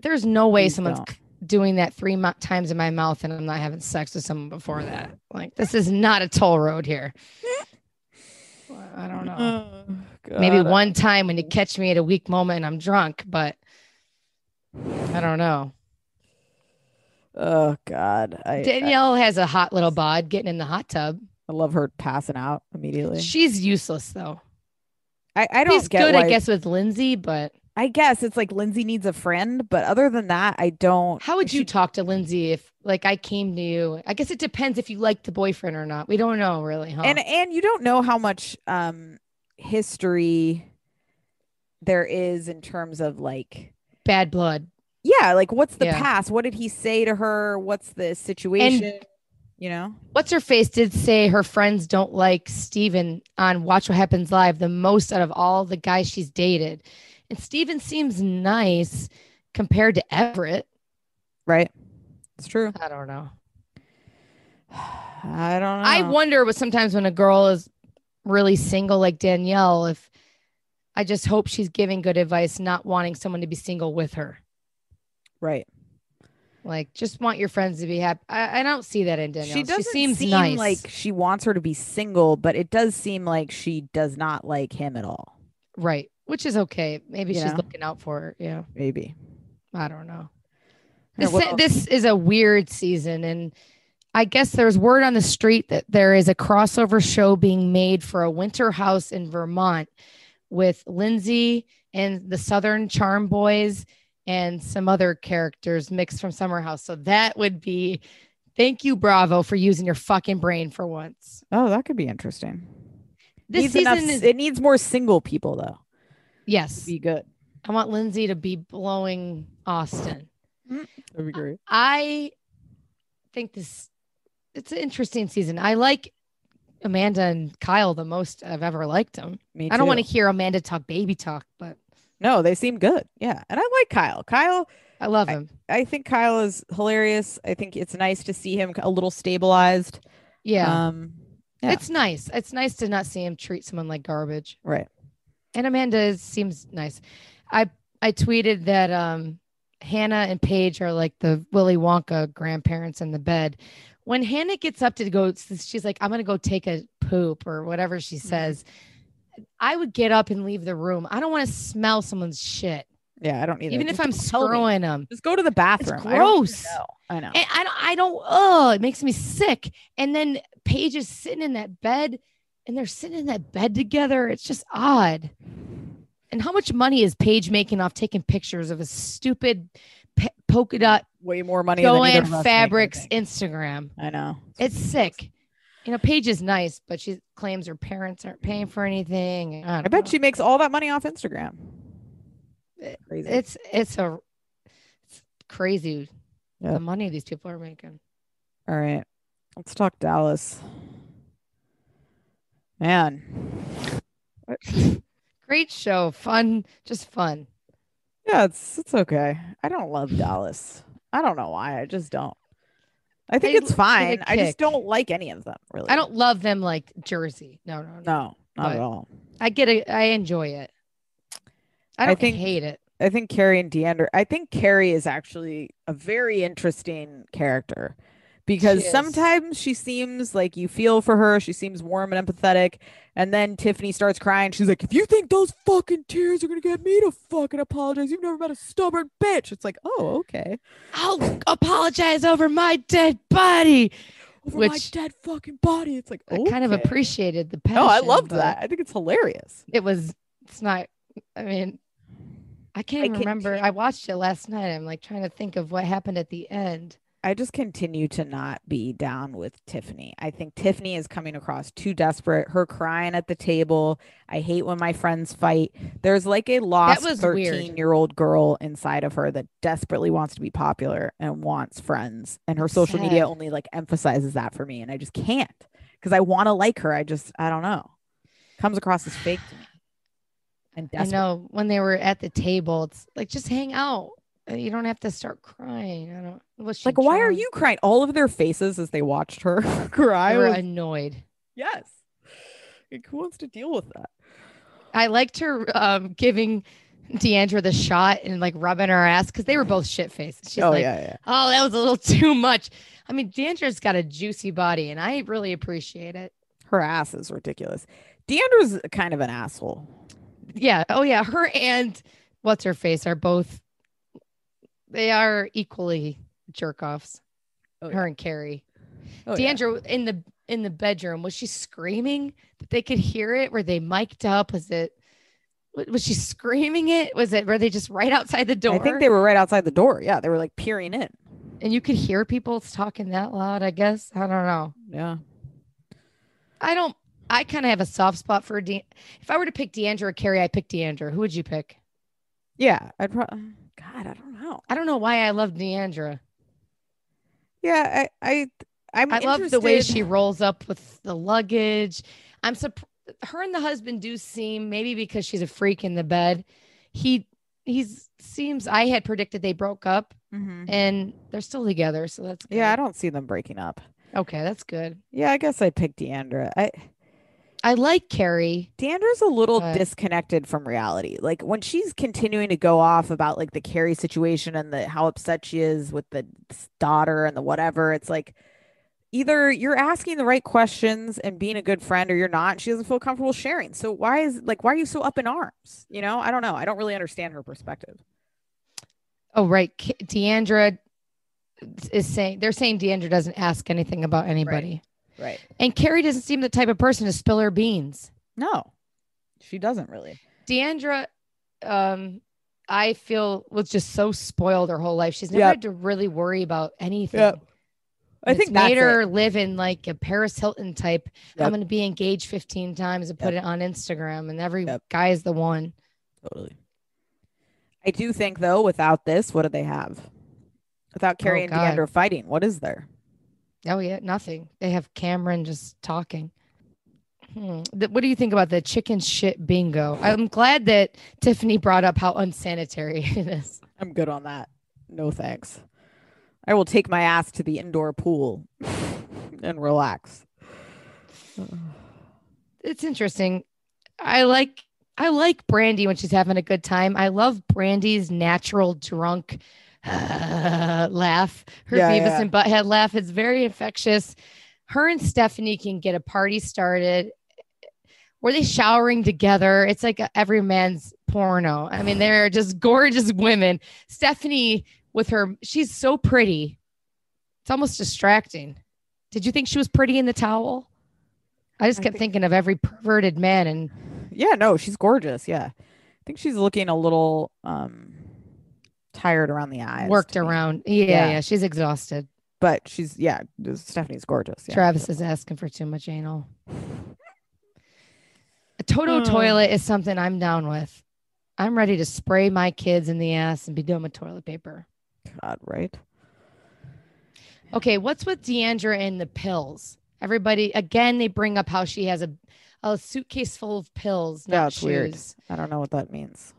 [SPEAKER 2] there's no way
[SPEAKER 3] Please
[SPEAKER 2] someone's
[SPEAKER 3] don't.
[SPEAKER 2] doing that three mo- times in my mouth and I'm not having sex with someone before that. Like, this is not a toll road here. I don't know.
[SPEAKER 3] Oh, God.
[SPEAKER 2] Maybe one time when you catch me at a weak moment and I'm drunk, but I don't know.
[SPEAKER 3] Oh God, I, I
[SPEAKER 2] Danielle has a hot little bod getting in the hot tub.
[SPEAKER 3] I love her passing out immediately.
[SPEAKER 2] She's useless though.
[SPEAKER 3] I, I don't
[SPEAKER 2] She's
[SPEAKER 3] get
[SPEAKER 2] good,
[SPEAKER 3] why,
[SPEAKER 2] I guess, with Lindsay, but
[SPEAKER 3] I guess it's like Lindsay needs a friend, but other than that, I don't.
[SPEAKER 2] how would you
[SPEAKER 3] she-
[SPEAKER 2] talk to Lindsay if, like, I came to you? I guess it depends if you like the boyfriend or not. We don't know really, huh?
[SPEAKER 3] and and you don't know how much um history there is in terms of like
[SPEAKER 2] Bad blood.
[SPEAKER 3] yeah like what's the
[SPEAKER 2] Yeah.
[SPEAKER 3] past what did he say to her what's the situation you know
[SPEAKER 2] What's her face did say her friends don't like Steven on Watch What Happens Live the most out of all the guys she's dated. And Steven seems nice compared to Everett.
[SPEAKER 3] right it's true
[SPEAKER 2] I don't know.
[SPEAKER 3] i don't know
[SPEAKER 2] I wonder what sometimes when a girl is really single like Danielle, if I just hope she's giving good advice, not wanting someone to be single with her.
[SPEAKER 3] right
[SPEAKER 2] Like just want your friends to be happy. I, I don't see that in Danielle.
[SPEAKER 3] she doesn't
[SPEAKER 2] seems
[SPEAKER 3] seem
[SPEAKER 2] nice.
[SPEAKER 3] like she wants her to be single but it does seem like she does not like him at all
[SPEAKER 2] right. Which is okay. Maybe
[SPEAKER 3] You
[SPEAKER 2] she's
[SPEAKER 3] know?
[SPEAKER 2] looking out for her. Yeah.
[SPEAKER 3] maybe
[SPEAKER 2] I don't know.
[SPEAKER 3] Yeah,
[SPEAKER 2] This, se-
[SPEAKER 3] well-
[SPEAKER 2] this is a weird season. And I guess there's word on the street that there is a crossover show being made for a winter house in Vermont with Lindsay and the Southern Charm Boys and some other characters mixed from Summer House. So that would be thank you, Bravo, for using your fucking brain for once.
[SPEAKER 3] oh that could be interesting
[SPEAKER 2] This
[SPEAKER 3] Needs
[SPEAKER 2] season
[SPEAKER 3] enough-
[SPEAKER 2] is
[SPEAKER 3] it needs more single people though to
[SPEAKER 2] yes.
[SPEAKER 3] be good
[SPEAKER 2] I want Lindsay to be blowing Austin.
[SPEAKER 3] that'd be great
[SPEAKER 2] I think this it's an interesting season. I like Amanda and Kyle the most I've ever liked them.
[SPEAKER 3] Me
[SPEAKER 2] I don't want
[SPEAKER 3] too.
[SPEAKER 2] to hear Amanda talk baby talk, but
[SPEAKER 3] No, they seem good. Yeah. And I like Kyle. Kyle,
[SPEAKER 2] I love him.
[SPEAKER 3] I think Kyle is hilarious. I think it's nice to see him a little stabilized.
[SPEAKER 2] Uh, yeah.
[SPEAKER 3] Um, yeah.
[SPEAKER 2] It's nice. It's nice to not see him treat someone like garbage.
[SPEAKER 3] right.
[SPEAKER 2] And Amanda is- seems nice. I I tweeted that um Hannah and Paige are like the Willy Wonka grandparents in the bed. When Hannah gets up to go, she's like, I'm gonna go take a poop or whatever she
[SPEAKER 3] Mm-hmm.
[SPEAKER 2] says. I would get up and leave the room. I don't want to smell someone's shit,
[SPEAKER 3] Yeah. I don't need
[SPEAKER 2] even if I'm
[SPEAKER 3] tell me.
[SPEAKER 2] screwing them.
[SPEAKER 3] Just go to the bathroom. I don't need
[SPEAKER 2] gross.
[SPEAKER 3] to know. I know.
[SPEAKER 2] And I don't, I don't, oh, it makes me sick. And then Paige is sitting in that bed and they're sitting in that bed together. It's just odd. And how much money is Paige making off taking pictures of a stupid pe- polka dot
[SPEAKER 3] Way more money than either
[SPEAKER 2] Joanne
[SPEAKER 3] of us make, I
[SPEAKER 2] Fabrics
[SPEAKER 3] think.
[SPEAKER 2] Instagram?
[SPEAKER 3] I know.
[SPEAKER 2] It's sick. You know, Paige is nice, but she claims her parents aren't paying for anything. I,
[SPEAKER 3] I bet she makes all that money off Instagram.
[SPEAKER 2] It-
[SPEAKER 3] Crazy.
[SPEAKER 2] it's it's a it's crazy
[SPEAKER 3] Yeah.
[SPEAKER 2] the money these people are making.
[SPEAKER 3] all right. Let's talk Dallas. Man.
[SPEAKER 2] Great show, fun, just fun.
[SPEAKER 3] Yeah, it's it's okay. I don't love Dallas. I don't know why. I just don't. I think
[SPEAKER 2] They
[SPEAKER 3] it's
[SPEAKER 2] l- they
[SPEAKER 3] fine.
[SPEAKER 2] get
[SPEAKER 3] I just
[SPEAKER 2] kicked.
[SPEAKER 3] don't like any of them really.
[SPEAKER 2] I don't love them like Jersey. No, no, no.
[SPEAKER 3] No, not
[SPEAKER 2] but-
[SPEAKER 3] at all.
[SPEAKER 2] I get it. I enjoy it. I
[SPEAKER 3] I
[SPEAKER 2] don't
[SPEAKER 3] think-
[SPEAKER 2] hate it.
[SPEAKER 3] I think Carrie and Deandra. I think Carrie is actually a very interesting character because
[SPEAKER 2] is.
[SPEAKER 3] sometimes she seems like you feel for her. She seems warm and empathetic, and then Tiffany starts crying. She's like, "If you think those fucking tears are gonna get me to fucking apologize, you've never met a stubborn bitch." It's like, oh, okay.
[SPEAKER 2] I'll apologize over my dead body.
[SPEAKER 3] Over my
[SPEAKER 2] Which-
[SPEAKER 3] dead fucking body. It's like,
[SPEAKER 2] I kind of
[SPEAKER 3] okay.
[SPEAKER 2] appreciated the passion.
[SPEAKER 3] Oh, I loved
[SPEAKER 2] but
[SPEAKER 3] that. I think it's hilarious.
[SPEAKER 2] It was. It's not. I mean, I can't
[SPEAKER 3] I
[SPEAKER 2] even
[SPEAKER 3] can-
[SPEAKER 2] remember. I watched it last night. I'm like trying to think of what happened at the end.
[SPEAKER 3] I just continue to not be down with Tiffany. I think Tiffany is coming across too desperate. Her crying at the table. I hate when my friends fight. There's like a lost
[SPEAKER 2] was weird.
[SPEAKER 3] 13 year old girl inside of her that desperately wants to be popular and wants friends. And her
[SPEAKER 2] It's
[SPEAKER 3] social media
[SPEAKER 2] sad.
[SPEAKER 3] only like emphasizes that for me. And I just can't because I want to like her. I just, I don't know. Comes across as fake to me. And
[SPEAKER 2] I
[SPEAKER 3] desperate.
[SPEAKER 2] know when they were at the table, it's like just hang out. Uh, You don't have to start crying. I don't. Well, she
[SPEAKER 3] Like, why are
[SPEAKER 2] drowned.
[SPEAKER 3] you crying? All of their faces as they watched her cry.
[SPEAKER 2] They were
[SPEAKER 3] was-
[SPEAKER 2] annoyed.
[SPEAKER 3] yes. Like, who wants to deal with that?
[SPEAKER 2] I liked her um, giving Deandra the shot and like rubbing her ass because they were both shit faced. She's
[SPEAKER 3] oh,
[SPEAKER 2] like,
[SPEAKER 3] yeah, yeah.
[SPEAKER 2] oh, that was a little too much. I mean, Deandra's got a juicy body, and I really appreciate it.
[SPEAKER 3] Her ass is ridiculous. Deandra's kind of an asshole.
[SPEAKER 2] Yeah. Oh yeah. Her and what's her face are both they are equally jerk offs.
[SPEAKER 3] Oh,
[SPEAKER 2] her and Carrie.
[SPEAKER 3] Oh, yeah.
[SPEAKER 2] Deandra in the in the bedroom was she screaming that they could hear it? Were they mic'd up? Was it wa- was she screaming it? Was it were they just right outside the door?
[SPEAKER 3] I think they were right outside the door. Yeah, they were like peering in.
[SPEAKER 2] and you could hear people talking that loud. I guess I don't know.
[SPEAKER 3] Yeah.
[SPEAKER 2] I don't. I kind of have a soft spot for De- if I were to pick Deandra or Carrie, I pick Deandra. Who would you pick?
[SPEAKER 3] Yeah. I'd probably God, I don't know.
[SPEAKER 2] I don't know why I love Deandra.
[SPEAKER 3] Yeah, I I I'm
[SPEAKER 2] I love the way
[SPEAKER 3] interested-
[SPEAKER 2] she rolls up with the luggage. I'm surprised. Her and the husband do seem maybe because she's a freak in the bed. He he's seems I had predicted they broke up
[SPEAKER 3] Mhm.
[SPEAKER 2] and they're still together, so that's good.
[SPEAKER 3] Yeah, I don't see them breaking up.
[SPEAKER 2] okay, that's good.
[SPEAKER 3] Yeah, I guess I'd pick Deandra. I
[SPEAKER 2] I like Carrie.
[SPEAKER 3] Dandra's a little
[SPEAKER 2] But-
[SPEAKER 3] disconnected from reality. Like when she's continuing to go off about like the Carrie situation and the how upset she is with the s- daughter and the whatever, it's like either you're asking the right questions and being a good friend or you're not. and She doesn't feel comfortable sharing. So why is like why are you so up in arms? You know, I don't know. I don't really understand her perspective.
[SPEAKER 2] Oh right, K- Deandra is saying they're saying Deandra doesn't ask anything about anybody.
[SPEAKER 3] Right.
[SPEAKER 2] And Carrie doesn't seem the type of person to spill her beans.
[SPEAKER 3] No. She doesn't really.
[SPEAKER 2] Deandra, um, I feel was just so spoiled her whole life. She's never
[SPEAKER 3] Yep.
[SPEAKER 2] had to really worry about anything.
[SPEAKER 3] Yep. I
[SPEAKER 2] And it's
[SPEAKER 3] think that's
[SPEAKER 2] made
[SPEAKER 3] it.
[SPEAKER 2] her live in like a Paris Hilton type.
[SPEAKER 3] Yep.
[SPEAKER 2] I'm going to be engaged 15 times and put it on Instagram, and every
[SPEAKER 3] Yep.
[SPEAKER 2] guy is the one.
[SPEAKER 3] Totally. I do think though, without this, what do they have? Without Carrie and
[SPEAKER 2] Oh, God.
[SPEAKER 3] Deandra fighting, what is there?
[SPEAKER 2] Oh yeah, nothing. They have Cameron just talking. Hmm. Th- What do you think about the chicken shit bingo? I'm glad that Tiffany brought up how unsanitary it is.
[SPEAKER 3] I'm good on that. No thanks. I will take my ass to the indoor pool and relax.
[SPEAKER 2] it's interesting. I like I like Brandy when she's having a good time. I love Brandy's natural drunk laugh. Her
[SPEAKER 3] Yeah,
[SPEAKER 2] Beavis
[SPEAKER 3] yeah.
[SPEAKER 2] and Butthead laugh. It's very infectious. Her and Stephanie can get a party started. Were they showering together? It's like a- every man's porno. I mean, they're just gorgeous women. Stephanie with her, she's so pretty. It's almost distracting. Did you think she was pretty in the towel? I just
[SPEAKER 3] I
[SPEAKER 2] kept
[SPEAKER 3] think-
[SPEAKER 2] thinking of every perverted man and
[SPEAKER 3] Yeah, no, she's gorgeous. Yeah. I think she's looking a little um tired around the eyes.
[SPEAKER 2] worked
[SPEAKER 3] to me,
[SPEAKER 2] around. Yeah,
[SPEAKER 3] Yeah.
[SPEAKER 2] yeah, She's exhausted.
[SPEAKER 3] But she's yeah, Stephanie's gorgeous. Yeah.
[SPEAKER 2] Travis is asking for too much anal. A Toto
[SPEAKER 3] Oh.
[SPEAKER 2] toilet is something I'm down with. I'm ready to spray my kids in the ass and be done with toilet paper.
[SPEAKER 3] God, right?
[SPEAKER 2] Okay, what's with Deandra and the pills? Everybody again, they bring up how she has a a suitcase full of pills. Not
[SPEAKER 3] Yeah, it's weird.
[SPEAKER 2] shoes.
[SPEAKER 3] I don't know what that means.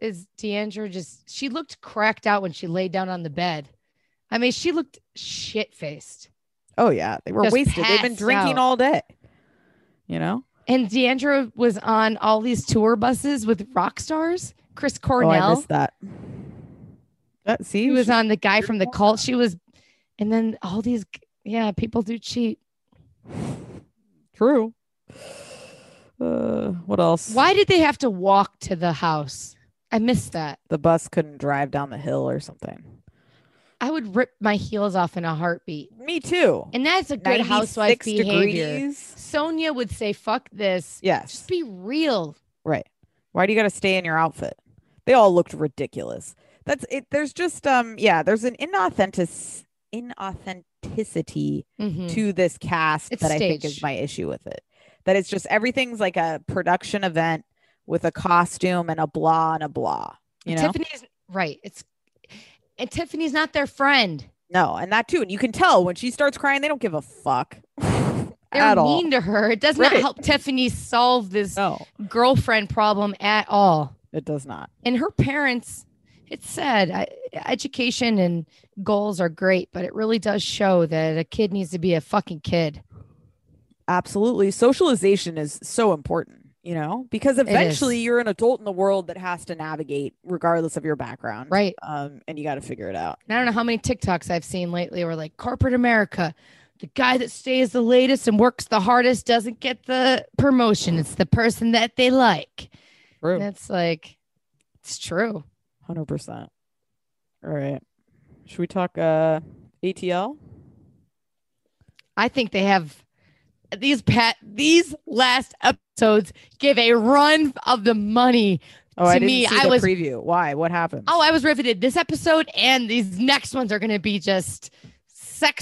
[SPEAKER 2] is Deandra just she looked cracked out when she laid down on the bed. I mean, she looked shit faced.
[SPEAKER 3] Oh yeah. They were
[SPEAKER 2] Just
[SPEAKER 3] wasted. They've been
[SPEAKER 2] passed
[SPEAKER 3] drinking
[SPEAKER 2] out.
[SPEAKER 3] all day. You know?
[SPEAKER 2] And Deandra was on all these tour buses with rock stars. Chris
[SPEAKER 3] Oh, I
[SPEAKER 2] Cornell.
[SPEAKER 3] missed that. That see,
[SPEAKER 2] he was
[SPEAKER 3] she-
[SPEAKER 2] on the guy from the cult. She was and then all these yeah, people do cheat.
[SPEAKER 3] true. Uh, what else?
[SPEAKER 2] Why did they have to walk to the house? I missed that.
[SPEAKER 3] the bus couldn't drive down the hill or something?
[SPEAKER 2] I would rip my heels off in a heartbeat.
[SPEAKER 3] Me too.
[SPEAKER 2] And that's a good housewife
[SPEAKER 3] 96
[SPEAKER 2] behavior.
[SPEAKER 3] degrees.
[SPEAKER 2] Sonia would say, fuck this.
[SPEAKER 3] Yes.
[SPEAKER 2] Just be real.
[SPEAKER 3] Right. Why do you got to stay in your outfit? They all looked ridiculous. That's it. There's just um yeah. There's an inauthentic inauthenticity
[SPEAKER 2] Mhm.
[SPEAKER 3] to this cast
[SPEAKER 2] It's
[SPEAKER 3] that I think is
[SPEAKER 2] staged.
[SPEAKER 3] my issue with it. That it's just everything's like a production event with a costume and a blah and a blah. You know.
[SPEAKER 2] Tiffany's right. It's and Tiffany's not their friend.
[SPEAKER 3] No, and that too. And you can tell when she starts crying, they don't give a fuck
[SPEAKER 2] They're
[SPEAKER 3] at all.
[SPEAKER 2] mean to her. It does
[SPEAKER 3] Right.
[SPEAKER 2] not help Tiffany solve this
[SPEAKER 3] No,
[SPEAKER 2] girlfriend problem at all.
[SPEAKER 3] it does not.
[SPEAKER 2] And her parents, it's sad. I, education and goals are great, but it really does show that a kid needs to be a fucking kid.
[SPEAKER 3] Absolutely. Socialization is so important, you know, because
[SPEAKER 2] is.
[SPEAKER 3] eventually you're an adult in the world that has to navigate regardless of your background.
[SPEAKER 2] Right.
[SPEAKER 3] Um, and you got to figure it out.
[SPEAKER 2] And I don't know how many TikToks I've seen lately were like corporate America, the guy that stays the latest and works the hardest doesn't get the promotion. It's the person that they like.
[SPEAKER 3] True.
[SPEAKER 2] And it's like, it's true.
[SPEAKER 3] Hundred percent. All right. Should we talk uh ATL?
[SPEAKER 2] I think they have these pat these last episodes give a run of the money.
[SPEAKER 3] Oh, I
[SPEAKER 2] To
[SPEAKER 3] didn't
[SPEAKER 2] me,
[SPEAKER 3] see
[SPEAKER 2] I
[SPEAKER 3] the
[SPEAKER 2] was-
[SPEAKER 3] preview. Why? What happened?
[SPEAKER 2] Oh, I was riveted. This episode and these next ones are going to be just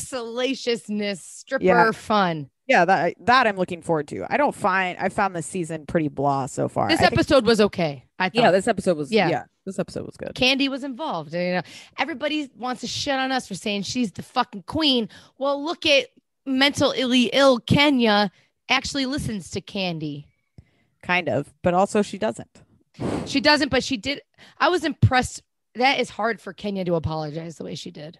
[SPEAKER 2] sexalaciousness, stripper
[SPEAKER 3] Yeah.
[SPEAKER 2] fun.
[SPEAKER 3] yeah, that that I'm looking forward to. I don't find I found this season pretty blah so far.
[SPEAKER 2] This
[SPEAKER 3] I think-
[SPEAKER 2] episode was okay. I thought.
[SPEAKER 3] yeah, this episode was yeah.
[SPEAKER 2] Yeah.
[SPEAKER 3] this episode was good.
[SPEAKER 2] Candy was involved. You know, everybody wants to shit on us for saying she's the fucking queen. Well, look at mentally ill Kenya actually listens to Candy.
[SPEAKER 3] Kind of, but also she doesn't.
[SPEAKER 2] She doesn't, but she did. I was impressed. That is hard for Kenya to apologize the way she did.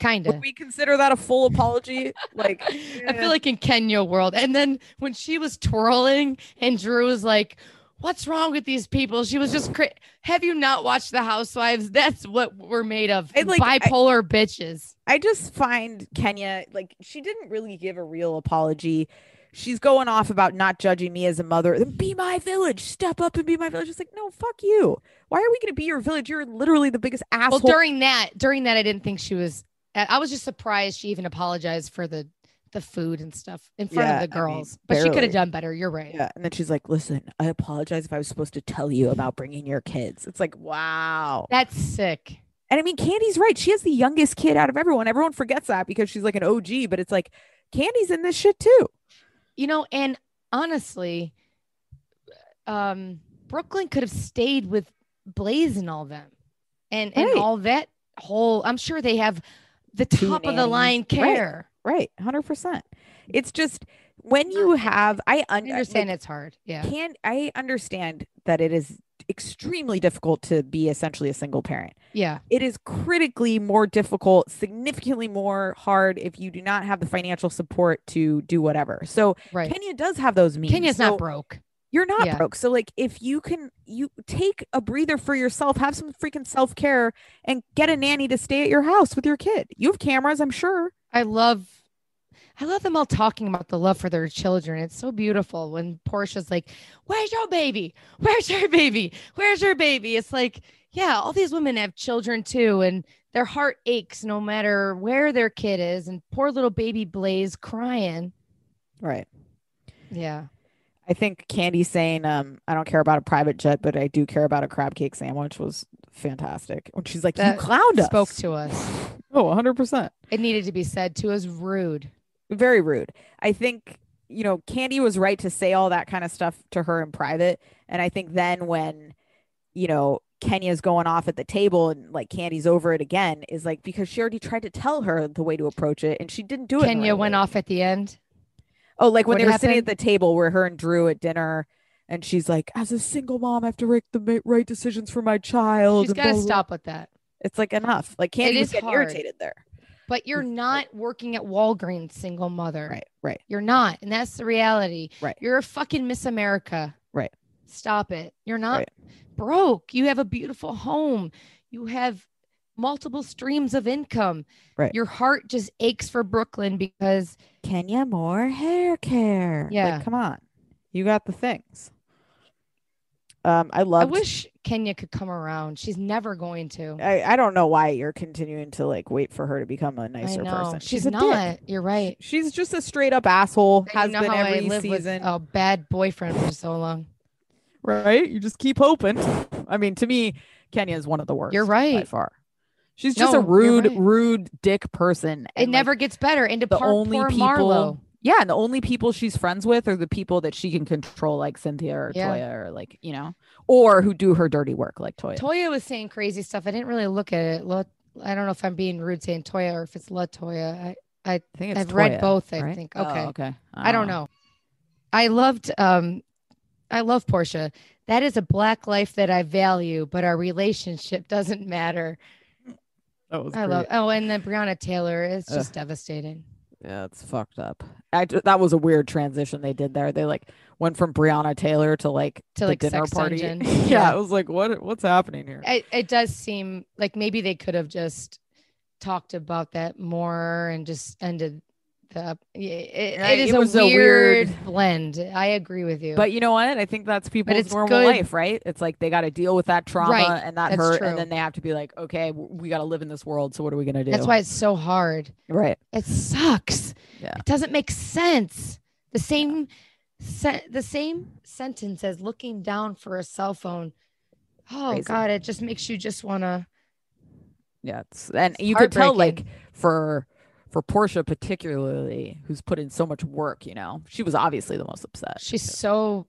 [SPEAKER 2] Kind of.
[SPEAKER 3] Would we consider that a full apology? like
[SPEAKER 2] I feel like in Kenya world. And then when she was twirling and Drew was like, What's wrong with these people? She was just cra- have you not watched The Housewives? That's what we're made of.
[SPEAKER 3] I like- I-
[SPEAKER 2] bipolar bitches.
[SPEAKER 3] I just find Kenya like she didn't really give a real apology. She's going off about not judging me as a mother. Then be my village. Step up and be my village. It's like, no, fuck you. Why are we going to be your village? You're literally the biggest asshole.
[SPEAKER 2] Well, during that, during that, I didn't think she was. I I was just surprised she even apologized for the the food and stuff in front
[SPEAKER 3] Yeah,
[SPEAKER 2] of
[SPEAKER 3] I
[SPEAKER 2] the
[SPEAKER 3] mean,
[SPEAKER 2] girls. but she could
[SPEAKER 3] barely.
[SPEAKER 2] have done better. You're right.
[SPEAKER 3] yeah. And then she's like, listen, I apologize if I was supposed to tell you about bringing your kids. It's like, wow.
[SPEAKER 2] That's sick.
[SPEAKER 3] And I mean, Candy's right. She has the youngest kid out of everyone. Everyone forgets that because she's like an OG, but it's like, Candy's in this shit too.
[SPEAKER 2] You know, and honestly, um, Brooklyn could have stayed with Blaze and all them, and
[SPEAKER 3] Right.
[SPEAKER 2] and all that whole. I'm sure they have the
[SPEAKER 3] Two
[SPEAKER 2] top of the line
[SPEAKER 3] nannies. Right.
[SPEAKER 2] care.
[SPEAKER 3] Right. 100%. It's just when you have, I, un-
[SPEAKER 2] I understand it's hard. Yeah,
[SPEAKER 3] can I understand that it is extremely difficult to be essentially a single parent.
[SPEAKER 2] yeah,
[SPEAKER 3] It is critically more difficult, significantly more hard if you do not have the financial support to do whatever. So
[SPEAKER 2] right.
[SPEAKER 3] Kenya does have those means.
[SPEAKER 2] Kenya's
[SPEAKER 3] So
[SPEAKER 2] not broke.
[SPEAKER 3] You're not
[SPEAKER 2] yeah.
[SPEAKER 3] broke. So like if you can you take a breather for yourself, have some freaking self-care and get a nanny to stay at your house with your kid. You have cameras, I'm sure.
[SPEAKER 2] I love I love them all talking about the love for their children. It's so beautiful when Portia's like, Where's your baby? Where's your baby? Where's your baby? It's like, yeah, all these women have children too, and their heart aches no matter where their kid is. And poor little baby Blaze crying.
[SPEAKER 3] Right.
[SPEAKER 2] Yeah.
[SPEAKER 3] I think Candy saying, um, I don't care about a private jet, but I do care about a crab cake sandwich was fantastic. When she's like,
[SPEAKER 2] That
[SPEAKER 3] You clowned us.
[SPEAKER 2] Spoke to us.
[SPEAKER 3] Oh, 100%.
[SPEAKER 2] It needed to be said to us rude.
[SPEAKER 3] Very rude. I think, you know, Candy was right to say all that kind of stuff to her in private. And I think then when, you know, Kenya's going off at the table and like Candy's over it again is like because she already tried to tell her the way to approach it and she didn't do it. in the
[SPEAKER 2] Kenya
[SPEAKER 3] right
[SPEAKER 2] went
[SPEAKER 3] way.
[SPEAKER 2] off at the end.
[SPEAKER 3] Oh, like when
[SPEAKER 2] What
[SPEAKER 3] they were sitting at
[SPEAKER 2] happened?
[SPEAKER 3] the table where her and Drew at dinner, and she's like, "As a single mom, I have to make the ma- right decisions for my child."
[SPEAKER 2] She's
[SPEAKER 3] and
[SPEAKER 2] gotta
[SPEAKER 3] blah, blah, blah."
[SPEAKER 2] stop with that.
[SPEAKER 3] It's like enough. Like Candy was
[SPEAKER 2] is
[SPEAKER 3] getting
[SPEAKER 2] hard.
[SPEAKER 3] irritated there.
[SPEAKER 2] But you're not working at Walgreens single mother.
[SPEAKER 3] Right, right.
[SPEAKER 2] You're not. And that's the reality.
[SPEAKER 3] Right.
[SPEAKER 2] You're a fucking Miss America.
[SPEAKER 3] Right.
[SPEAKER 2] Stop it. You're not
[SPEAKER 3] Right.
[SPEAKER 2] broke. You have a beautiful home. You have multiple streams of income.
[SPEAKER 3] Right.
[SPEAKER 2] Your heart just aches for Brooklyn because
[SPEAKER 3] Kenya, more hair care. Like,
[SPEAKER 2] Yeah.
[SPEAKER 3] come on, you got the things. Um, I love.
[SPEAKER 2] I wish Kenya could come around. She's never going to.
[SPEAKER 3] I, I don't know why you're continuing to like wait for her to become a nicer
[SPEAKER 2] I know.
[SPEAKER 3] person.
[SPEAKER 2] She's,
[SPEAKER 3] a dick.
[SPEAKER 2] not. You're right.
[SPEAKER 3] She's just a straight up asshole.
[SPEAKER 2] And
[SPEAKER 3] Has
[SPEAKER 2] you know
[SPEAKER 3] been
[SPEAKER 2] how I
[SPEAKER 3] every
[SPEAKER 2] lived
[SPEAKER 3] season.
[SPEAKER 2] with a bad boyfriend for so long.
[SPEAKER 3] right? You just keep hoping. I mean, to me, Kenya is one of the worst.
[SPEAKER 2] You're
[SPEAKER 3] by
[SPEAKER 2] right.
[SPEAKER 3] far. She's just a
[SPEAKER 2] No, you're
[SPEAKER 3] rude,
[SPEAKER 2] right.
[SPEAKER 3] rude dick person.
[SPEAKER 2] It
[SPEAKER 3] and, like,
[SPEAKER 2] never gets better. And to
[SPEAKER 3] the
[SPEAKER 2] par-
[SPEAKER 3] only
[SPEAKER 2] poor
[SPEAKER 3] people.
[SPEAKER 2] Marlo.
[SPEAKER 3] Yeah, and the only people she's friends with are the people that she can control, like Cynthia or
[SPEAKER 2] Yeah.
[SPEAKER 3] Toya, or like you know, or who do her dirty work, like Toya.
[SPEAKER 2] Toya was saying crazy stuff. I didn't really look at it. La- I don't know if I'm being rude saying Toya or if it's LaToya. I,
[SPEAKER 3] I think it's
[SPEAKER 2] I've read
[SPEAKER 3] Toya,
[SPEAKER 2] both. I
[SPEAKER 3] right?
[SPEAKER 2] think.
[SPEAKER 3] Oh,
[SPEAKER 2] Okay.
[SPEAKER 3] okay.
[SPEAKER 2] I don't know. I loved. Um, I love Portia. That is a black life that I value, but our relationship doesn't matter.
[SPEAKER 3] That was
[SPEAKER 2] I love. Oh, and then Breonna Taylor is
[SPEAKER 3] Ugh.
[SPEAKER 2] just devastating.
[SPEAKER 3] Yeah, it's fucked up. I ju- that was a weird transition they did there. They like went from Breonna Taylor to like
[SPEAKER 2] To,
[SPEAKER 3] the
[SPEAKER 2] like,
[SPEAKER 3] dinner
[SPEAKER 2] Sex
[SPEAKER 3] party.
[SPEAKER 2] Dungeon.
[SPEAKER 3] yeah,
[SPEAKER 2] Yeah.
[SPEAKER 3] it was like what what's happening here?
[SPEAKER 2] It, it does seem like maybe they could have just talked about that more and just ended the. It, it
[SPEAKER 3] Right,
[SPEAKER 2] is
[SPEAKER 3] it was
[SPEAKER 2] a,
[SPEAKER 3] a
[SPEAKER 2] weird
[SPEAKER 3] weird-
[SPEAKER 2] blend. I agree with you.
[SPEAKER 3] But you know what? I think that's people's
[SPEAKER 2] it's
[SPEAKER 3] normal
[SPEAKER 2] good-
[SPEAKER 3] life, right? It's like they got to deal with that trauma
[SPEAKER 2] Right,
[SPEAKER 3] and that
[SPEAKER 2] that's
[SPEAKER 3] hurt,
[SPEAKER 2] true.
[SPEAKER 3] and then they have to be like, okay, w- we got to live in this world. So what are we gonna do?
[SPEAKER 2] that's why it's so hard.
[SPEAKER 3] right?
[SPEAKER 2] It sucks.
[SPEAKER 3] Yeah.
[SPEAKER 2] It doesn't make sense. The same se- the same sentence as looking down for a cell phone. Oh
[SPEAKER 3] Crazy.
[SPEAKER 2] god, it just makes you just want to
[SPEAKER 3] Yeah, it's, and you could tell, like
[SPEAKER 2] heartbreaking.
[SPEAKER 3] for for Portia particularly, who's put in so much work. You know, she was obviously the most upset.
[SPEAKER 2] she's so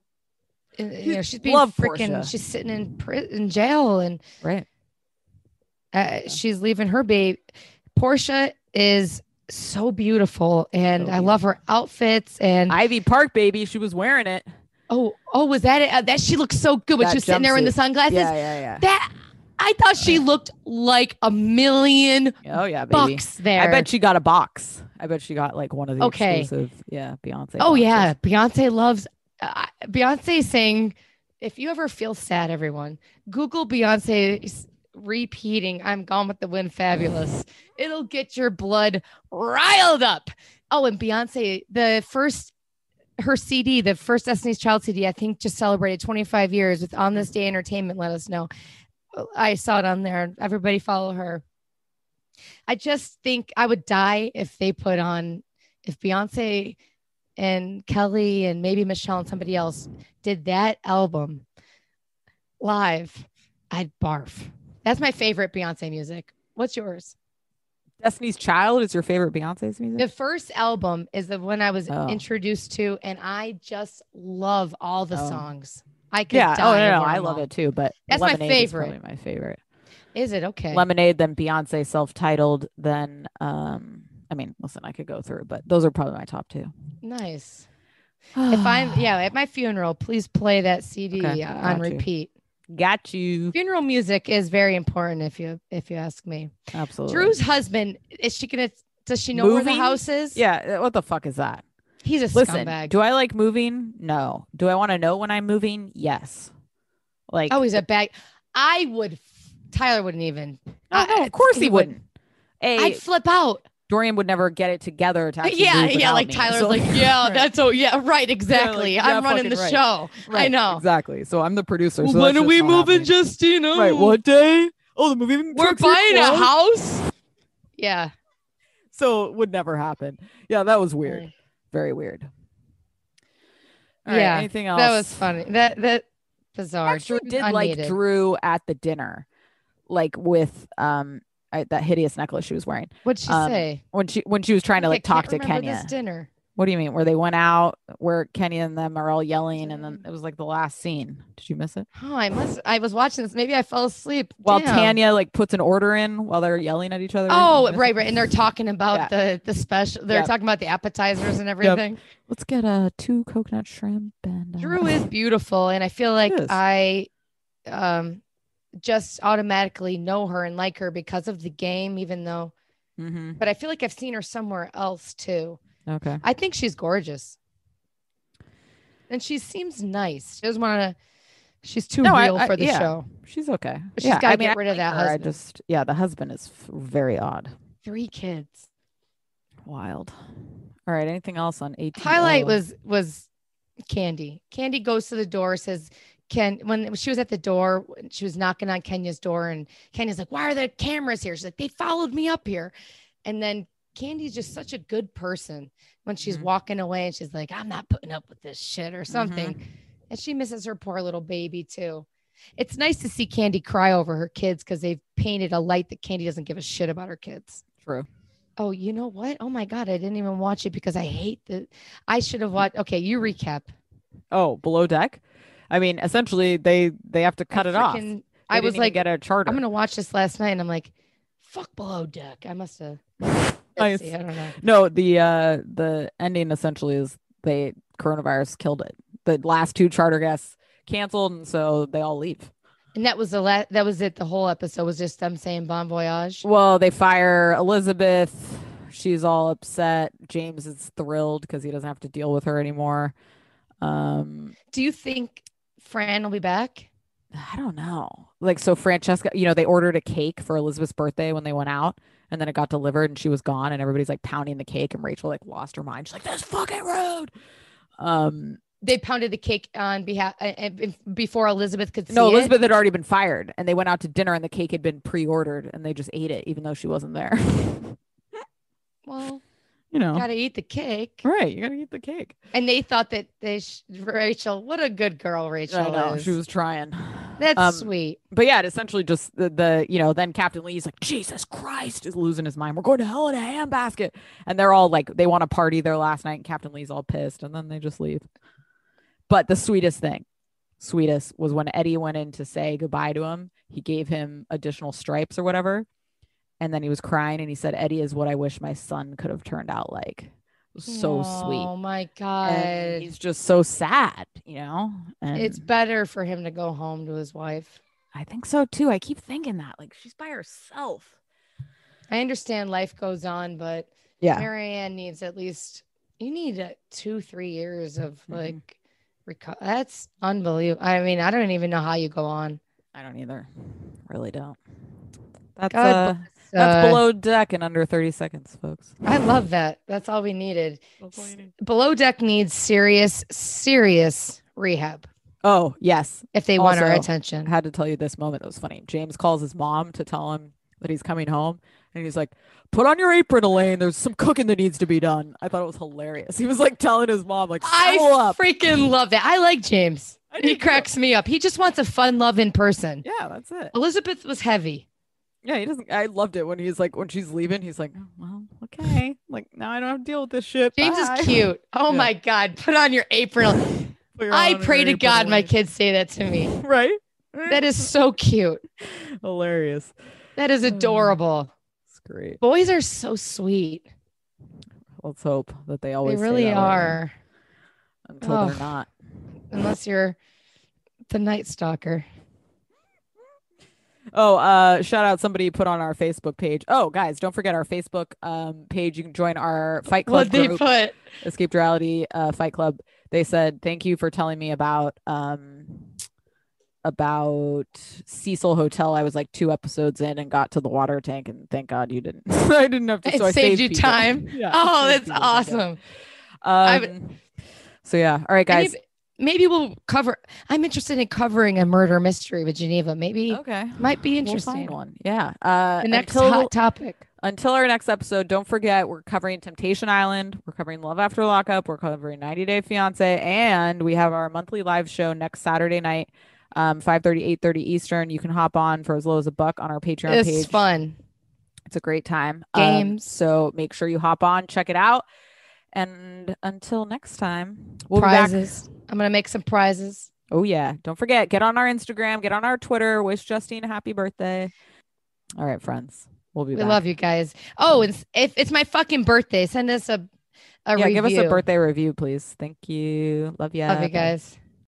[SPEAKER 2] uh, you know, she's being
[SPEAKER 3] love
[SPEAKER 2] freaking
[SPEAKER 3] Portia.
[SPEAKER 2] she's sitting in prison in jail and
[SPEAKER 3] right.
[SPEAKER 2] uh, she's leaving her babe. Portia is so beautiful and
[SPEAKER 3] So
[SPEAKER 2] I love her outfits and
[SPEAKER 3] Ivy Park, baby, she was wearing it.
[SPEAKER 2] oh oh was that it? Uh, that she looked so good when
[SPEAKER 3] That
[SPEAKER 2] she was sitting there in the
[SPEAKER 3] jumpsuit.
[SPEAKER 2] sunglasses.
[SPEAKER 3] yeah,
[SPEAKER 2] That I thought she looked like a million
[SPEAKER 3] Oh yeah, baby.
[SPEAKER 2] bucks there.
[SPEAKER 3] I bet she got a box. I bet she got like one of the
[SPEAKER 2] Okay.
[SPEAKER 3] exclusive. Yeah, Beyonce.
[SPEAKER 2] Oh
[SPEAKER 3] boxes.
[SPEAKER 2] yeah, Beyonce loves uh, Beyonce saying, "If you ever feel sad, everyone Google Beyonce s- repeating "I'm Gone with the Wind," fabulous. It'll get your blood riled up. Oh, and Beyonce, the first her CD, the first Destiny's Child CD, I think just celebrated 25 years with On This Day Entertainment. Let us know. Oh, I saw it on there. Everybody follow her. I just think I would die if they put on if Beyonce and Kelly and maybe Michelle and somebody else did that album live, I'd barf. That's my favorite Beyonce music. What's yours?
[SPEAKER 3] Destiny's Child is your favorite Beyonce's music.
[SPEAKER 2] The first album is the one I was
[SPEAKER 3] Oh.
[SPEAKER 2] introduced to, and I just love all the
[SPEAKER 3] Oh.
[SPEAKER 2] songs. I could
[SPEAKER 3] yeah. Oh
[SPEAKER 2] die.
[SPEAKER 3] no, no,
[SPEAKER 2] over
[SPEAKER 3] I
[SPEAKER 2] them
[SPEAKER 3] love
[SPEAKER 2] all.
[SPEAKER 3] it too. But
[SPEAKER 2] That's my
[SPEAKER 3] Lemonade
[SPEAKER 2] favorite.
[SPEAKER 3] Is probably my favorite.
[SPEAKER 2] Is it okay?
[SPEAKER 3] Lemonade, then Beyonce self-titled, then um. I mean, listen, I could go through, but those are probably my top two.
[SPEAKER 2] nice. If I'm yeah, at my funeral, please play that CD
[SPEAKER 3] Okay,
[SPEAKER 2] on
[SPEAKER 3] got you.
[SPEAKER 2] repeat.
[SPEAKER 3] got you.
[SPEAKER 2] Funeral music is very important if you if you ask me.
[SPEAKER 3] Absolutely.
[SPEAKER 2] Drew's husband is she gonna? Does she know where
[SPEAKER 3] Moving?
[SPEAKER 2] the house is?
[SPEAKER 3] Yeah. uh, What the fuck is that?
[SPEAKER 2] he's a
[SPEAKER 3] Listen,
[SPEAKER 2] scumbag.
[SPEAKER 3] do I like moving? No. Do I want to know when I'm moving? Yes. Like,
[SPEAKER 2] oh, he's a bag. I would. f- Tyler wouldn't even.
[SPEAKER 3] no,
[SPEAKER 2] I-
[SPEAKER 3] no,
[SPEAKER 2] I-
[SPEAKER 3] of course he
[SPEAKER 2] wouldn't.
[SPEAKER 3] wouldn't. A
[SPEAKER 2] I'd flip out.
[SPEAKER 3] Dorian would never get it together to actually
[SPEAKER 2] Yeah,
[SPEAKER 3] move
[SPEAKER 2] yeah.
[SPEAKER 3] without
[SPEAKER 2] Like
[SPEAKER 3] me.
[SPEAKER 2] Tyler's
[SPEAKER 3] So,
[SPEAKER 2] like, yeah,
[SPEAKER 3] Right.
[SPEAKER 2] that's oh yeah, right, exactly.
[SPEAKER 3] yeah,
[SPEAKER 2] I'm running
[SPEAKER 3] fucking
[SPEAKER 2] the
[SPEAKER 3] right.
[SPEAKER 2] show.
[SPEAKER 3] Right,
[SPEAKER 2] know.
[SPEAKER 3] exactly. So I'm the producer.
[SPEAKER 2] when
[SPEAKER 3] so that
[SPEAKER 2] are
[SPEAKER 3] shit's
[SPEAKER 2] we
[SPEAKER 3] not
[SPEAKER 2] moving,
[SPEAKER 3] happening.
[SPEAKER 2] Justino?
[SPEAKER 3] right, what day? Oh, the movie.
[SPEAKER 2] We're buying a house. Yeah.
[SPEAKER 3] So it would never happen. Yeah, that was weird.
[SPEAKER 2] Mm.
[SPEAKER 3] Very weird. All right,
[SPEAKER 2] yeah.
[SPEAKER 3] anything else?
[SPEAKER 2] that was funny. That that bizarre.
[SPEAKER 3] I actually
[SPEAKER 2] Drew-
[SPEAKER 3] did
[SPEAKER 2] unneeded.
[SPEAKER 3] like Drew at the dinner, like with um I, that hideous necklace she was wearing
[SPEAKER 2] What'd she
[SPEAKER 3] um,
[SPEAKER 2] say?
[SPEAKER 3] when she when she was trying to
[SPEAKER 2] I
[SPEAKER 3] like
[SPEAKER 2] can't
[SPEAKER 3] talk to
[SPEAKER 2] remember
[SPEAKER 3] Kenya.
[SPEAKER 2] This dinner.
[SPEAKER 3] What do you mean? Where they went out, where Kenya and them are all yelling, and then it was like the last scene. Did you miss it?
[SPEAKER 2] Oh, I must. I was watching this. Maybe I fell asleep.
[SPEAKER 3] While
[SPEAKER 2] Damn.
[SPEAKER 3] Tanya like puts an order in while they're yelling at each other. Did you
[SPEAKER 2] Oh,
[SPEAKER 3] miss it?
[SPEAKER 2] right, right. And they're talking about the the special. They're
[SPEAKER 3] Yep.
[SPEAKER 2] talking about the appetizers and everything.
[SPEAKER 3] Let's get uh two coconut shrimp and uh,
[SPEAKER 2] Drew is beautiful, and I feel like
[SPEAKER 3] Yes.
[SPEAKER 2] I, um, just automatically know her and like her because of the game. Even though,
[SPEAKER 3] Mhm.
[SPEAKER 2] but I feel like I've seen her somewhere else too.
[SPEAKER 3] Okay.
[SPEAKER 2] I think she's gorgeous, and she seems nice. She doesn't want to. She's too
[SPEAKER 3] No, I-
[SPEAKER 2] real
[SPEAKER 3] I-
[SPEAKER 2] for the
[SPEAKER 3] yeah.
[SPEAKER 2] show.
[SPEAKER 3] She's okay.
[SPEAKER 2] But she's
[SPEAKER 3] yeah,
[SPEAKER 2] gotta
[SPEAKER 3] I mean,
[SPEAKER 2] get
[SPEAKER 3] I
[SPEAKER 2] rid of
[SPEAKER 3] like
[SPEAKER 2] that
[SPEAKER 3] her,
[SPEAKER 2] husband.
[SPEAKER 3] I just yeah, the husband is f- very odd.
[SPEAKER 2] Three kids.
[SPEAKER 3] Wild. All right. Anything else on 18?
[SPEAKER 2] highlight was was candy candy goes to the door says ken when she was at the door when she was knocking on kenya's door and kenya's like why are the cameras here she's like they followed me up here and then candy's just such a good person when she's
[SPEAKER 3] Mhm.
[SPEAKER 2] walking away and she's like i'm not putting up with this shit
[SPEAKER 3] Mm-hmm.
[SPEAKER 2] or something and she misses her poor little baby too it's nice to see candy cry over her kids because they've painted a light that candy doesn't give a shit about her kids
[SPEAKER 3] true.
[SPEAKER 2] Oh, you know what? Oh my God, I didn't even watch it because I hate the. I should
[SPEAKER 3] Mm.
[SPEAKER 2] have watched. Okay, you recap.
[SPEAKER 3] Oh, below deck. I mean, essentially, they they have to cut it off.
[SPEAKER 2] Freaking-
[SPEAKER 3] They
[SPEAKER 2] I
[SPEAKER 3] didn't
[SPEAKER 2] was
[SPEAKER 3] even
[SPEAKER 2] like,
[SPEAKER 3] get a charter.
[SPEAKER 2] I'm gonna watch this last night, and I'm like, fuck below deck. I must have.
[SPEAKER 3] Nice.
[SPEAKER 2] I don't know.
[SPEAKER 3] No, the uh the ending essentially is they coronavirus killed it. The last two charter guests canceled, and so they all leave.
[SPEAKER 2] And that was the last. That was it. The whole episode was just them saying bon voyage.
[SPEAKER 3] Well, they fire Elizabeth. She's all upset. James is thrilled because he doesn't have to deal with her anymore. Um,
[SPEAKER 2] Do you think Fran will be back?
[SPEAKER 3] I don't know. Like so Francesca, you know, they ordered a cake for Elizabeth's birthday when they went out And then it got delivered and she was gone and everybody's like pounding the cake and Rachel like lost her mind. She's like, "This fucking rude." Um,
[SPEAKER 2] They pounded the cake on behalf uh, uh, bef- before Elizabeth could see
[SPEAKER 3] no,
[SPEAKER 2] it.
[SPEAKER 3] Elizabeth had already been fired and they went out to dinner and the cake had been pre-ordered and they just ate it even though she wasn't there.
[SPEAKER 2] Well,
[SPEAKER 3] you know.
[SPEAKER 2] gotta eat the cake.
[SPEAKER 3] Right, you gotta eat the cake.
[SPEAKER 2] And they thought that they sh- Rachel, what a good girl Rachel
[SPEAKER 3] I know
[SPEAKER 2] is.
[SPEAKER 3] she was trying.
[SPEAKER 2] That's
[SPEAKER 3] Um,
[SPEAKER 2] sweet.
[SPEAKER 3] but yeah, it essentially just the, the you know then Captain Lee's like Jesus Christ is losing his mind. We're going to hell in a handbasket, and they're all like they want to party their last night, and Captain Lee's all pissed, and then they just leave. But the sweetest thing, sweetest was when Eddie went in to say goodbye to him. He gave him additional stripes or whatever, and then he was crying, and he said, "Eddie is what I wish my son could have turned out like." It was So
[SPEAKER 2] Oh
[SPEAKER 3] sweet.
[SPEAKER 2] my
[SPEAKER 3] And
[SPEAKER 2] god.
[SPEAKER 3] he's just so sad, you know. And
[SPEAKER 2] It's better for him to go home to his wife.
[SPEAKER 3] I think so too. I keep thinking that like she's by herself.
[SPEAKER 2] I understand life goes on, but
[SPEAKER 3] Yeah.
[SPEAKER 2] Marianne needs at least you need a, two, three years of
[SPEAKER 3] Mhm.
[SPEAKER 2] like reco- that's unbelievable. I mean, I don't even know how you go on.
[SPEAKER 3] I don't either. Really don't. That's
[SPEAKER 2] God
[SPEAKER 3] uh,
[SPEAKER 2] bless,
[SPEAKER 3] that's
[SPEAKER 2] uh,
[SPEAKER 3] below deck in under 30 seconds, folks.
[SPEAKER 2] I love that. That's all we needed.
[SPEAKER 3] That's all you need.
[SPEAKER 2] Below deck needs serious, serious rehab
[SPEAKER 3] Oh, yes.
[SPEAKER 2] if they want our
[SPEAKER 3] Also, I
[SPEAKER 2] attention.
[SPEAKER 3] had to tell you this moment that was funny. James calls his mom to tell him that he's coming home and he's like, "Put on your apron, Elaine. There's some cooking that needs to be done." I thought it was hilarious. He was like telling his mom like,
[SPEAKER 2] I
[SPEAKER 3] "Settle up."
[SPEAKER 2] freaking love that. I like James.
[SPEAKER 3] I do
[SPEAKER 2] He
[SPEAKER 3] too.
[SPEAKER 2] cracks me up. He just wants a fun love in person.
[SPEAKER 3] Yeah, that's it.
[SPEAKER 2] Elizabeth was heavy.
[SPEAKER 3] Yeah, he doesn't. I loved it when he's like, when she's leaving, he's like, oh, well, okay. Like, now I don't have to deal with this shit.
[SPEAKER 2] James
[SPEAKER 3] Bye."
[SPEAKER 2] is cute. Oh
[SPEAKER 3] Yeah.
[SPEAKER 2] my God. Put on your apron.
[SPEAKER 3] Put your
[SPEAKER 2] I
[SPEAKER 3] arm in
[SPEAKER 2] pray
[SPEAKER 3] your
[SPEAKER 2] to
[SPEAKER 3] apron,
[SPEAKER 2] God my
[SPEAKER 3] Elaine.
[SPEAKER 2] kids say that to me.
[SPEAKER 3] Right?
[SPEAKER 2] That is so cute.
[SPEAKER 3] hilarious.
[SPEAKER 2] That is
[SPEAKER 3] Oh.
[SPEAKER 2] adorable.
[SPEAKER 3] It's great.
[SPEAKER 2] Boys are so sweet.
[SPEAKER 3] Let's hope that they
[SPEAKER 2] They
[SPEAKER 3] always say
[SPEAKER 2] really
[SPEAKER 3] that later,
[SPEAKER 2] are.
[SPEAKER 3] until
[SPEAKER 2] Oh.
[SPEAKER 3] they're not.
[SPEAKER 2] Unless you're the night stalker.
[SPEAKER 3] Oh, uh, shout out somebody put on our Facebook page. Oh, guys, don't forget our Facebook um, page. You can join our Fight Club
[SPEAKER 2] What they
[SPEAKER 3] group,
[SPEAKER 2] put.
[SPEAKER 3] Escaped Reality uh, Fight Club. They said, "Thank you for telling me about um, about Cecil Hotel." I was like two episodes in and got to the water tank, and thank God you didn't. I didn't have to.
[SPEAKER 2] It
[SPEAKER 3] so I
[SPEAKER 2] saved you
[SPEAKER 3] people.
[SPEAKER 2] time.
[SPEAKER 3] Yeah, I
[SPEAKER 2] Oh,
[SPEAKER 3] saved
[SPEAKER 2] that's
[SPEAKER 3] people, thank God.
[SPEAKER 2] awesome. would-
[SPEAKER 3] Um, so yeah, all right, guys.
[SPEAKER 2] Maybe, maybe we'll cover. I'm interested in covering a murder mystery with Geneva. Maybe
[SPEAKER 3] Okay.
[SPEAKER 2] might be
[SPEAKER 3] We'll
[SPEAKER 2] interesting.
[SPEAKER 3] find one. Yeah. Uh,
[SPEAKER 2] The next
[SPEAKER 3] until,
[SPEAKER 2] hot topic.
[SPEAKER 3] until our next episode, don't forget we're covering Temptation Island, we're covering Love After Lockup, we're covering 90 Day Fiance, and we have our monthly live show next Saturday night, um, 5:30, 8:30 Eastern. You can hop on for as low as a buck on our Patreon
[SPEAKER 2] This is
[SPEAKER 3] page.
[SPEAKER 2] fun.
[SPEAKER 3] It's a great time. Um,
[SPEAKER 2] Games.
[SPEAKER 3] so make sure you hop on, check it out, and until next time, we'll be back.
[SPEAKER 2] prizes. I'm gonna make some prizes.
[SPEAKER 3] Oh yeah, don't forget get on our Instagram, get on our Twitter. Wish Justine a happy birthday. All right, friends, we'll be
[SPEAKER 2] We
[SPEAKER 3] back.
[SPEAKER 2] love you guys. Oh, and s- if it's my fucking birthday, send us a a
[SPEAKER 3] yeah, give us a
[SPEAKER 2] review.
[SPEAKER 3] birthday review, please. Thank you. Love you.
[SPEAKER 2] Love you guys.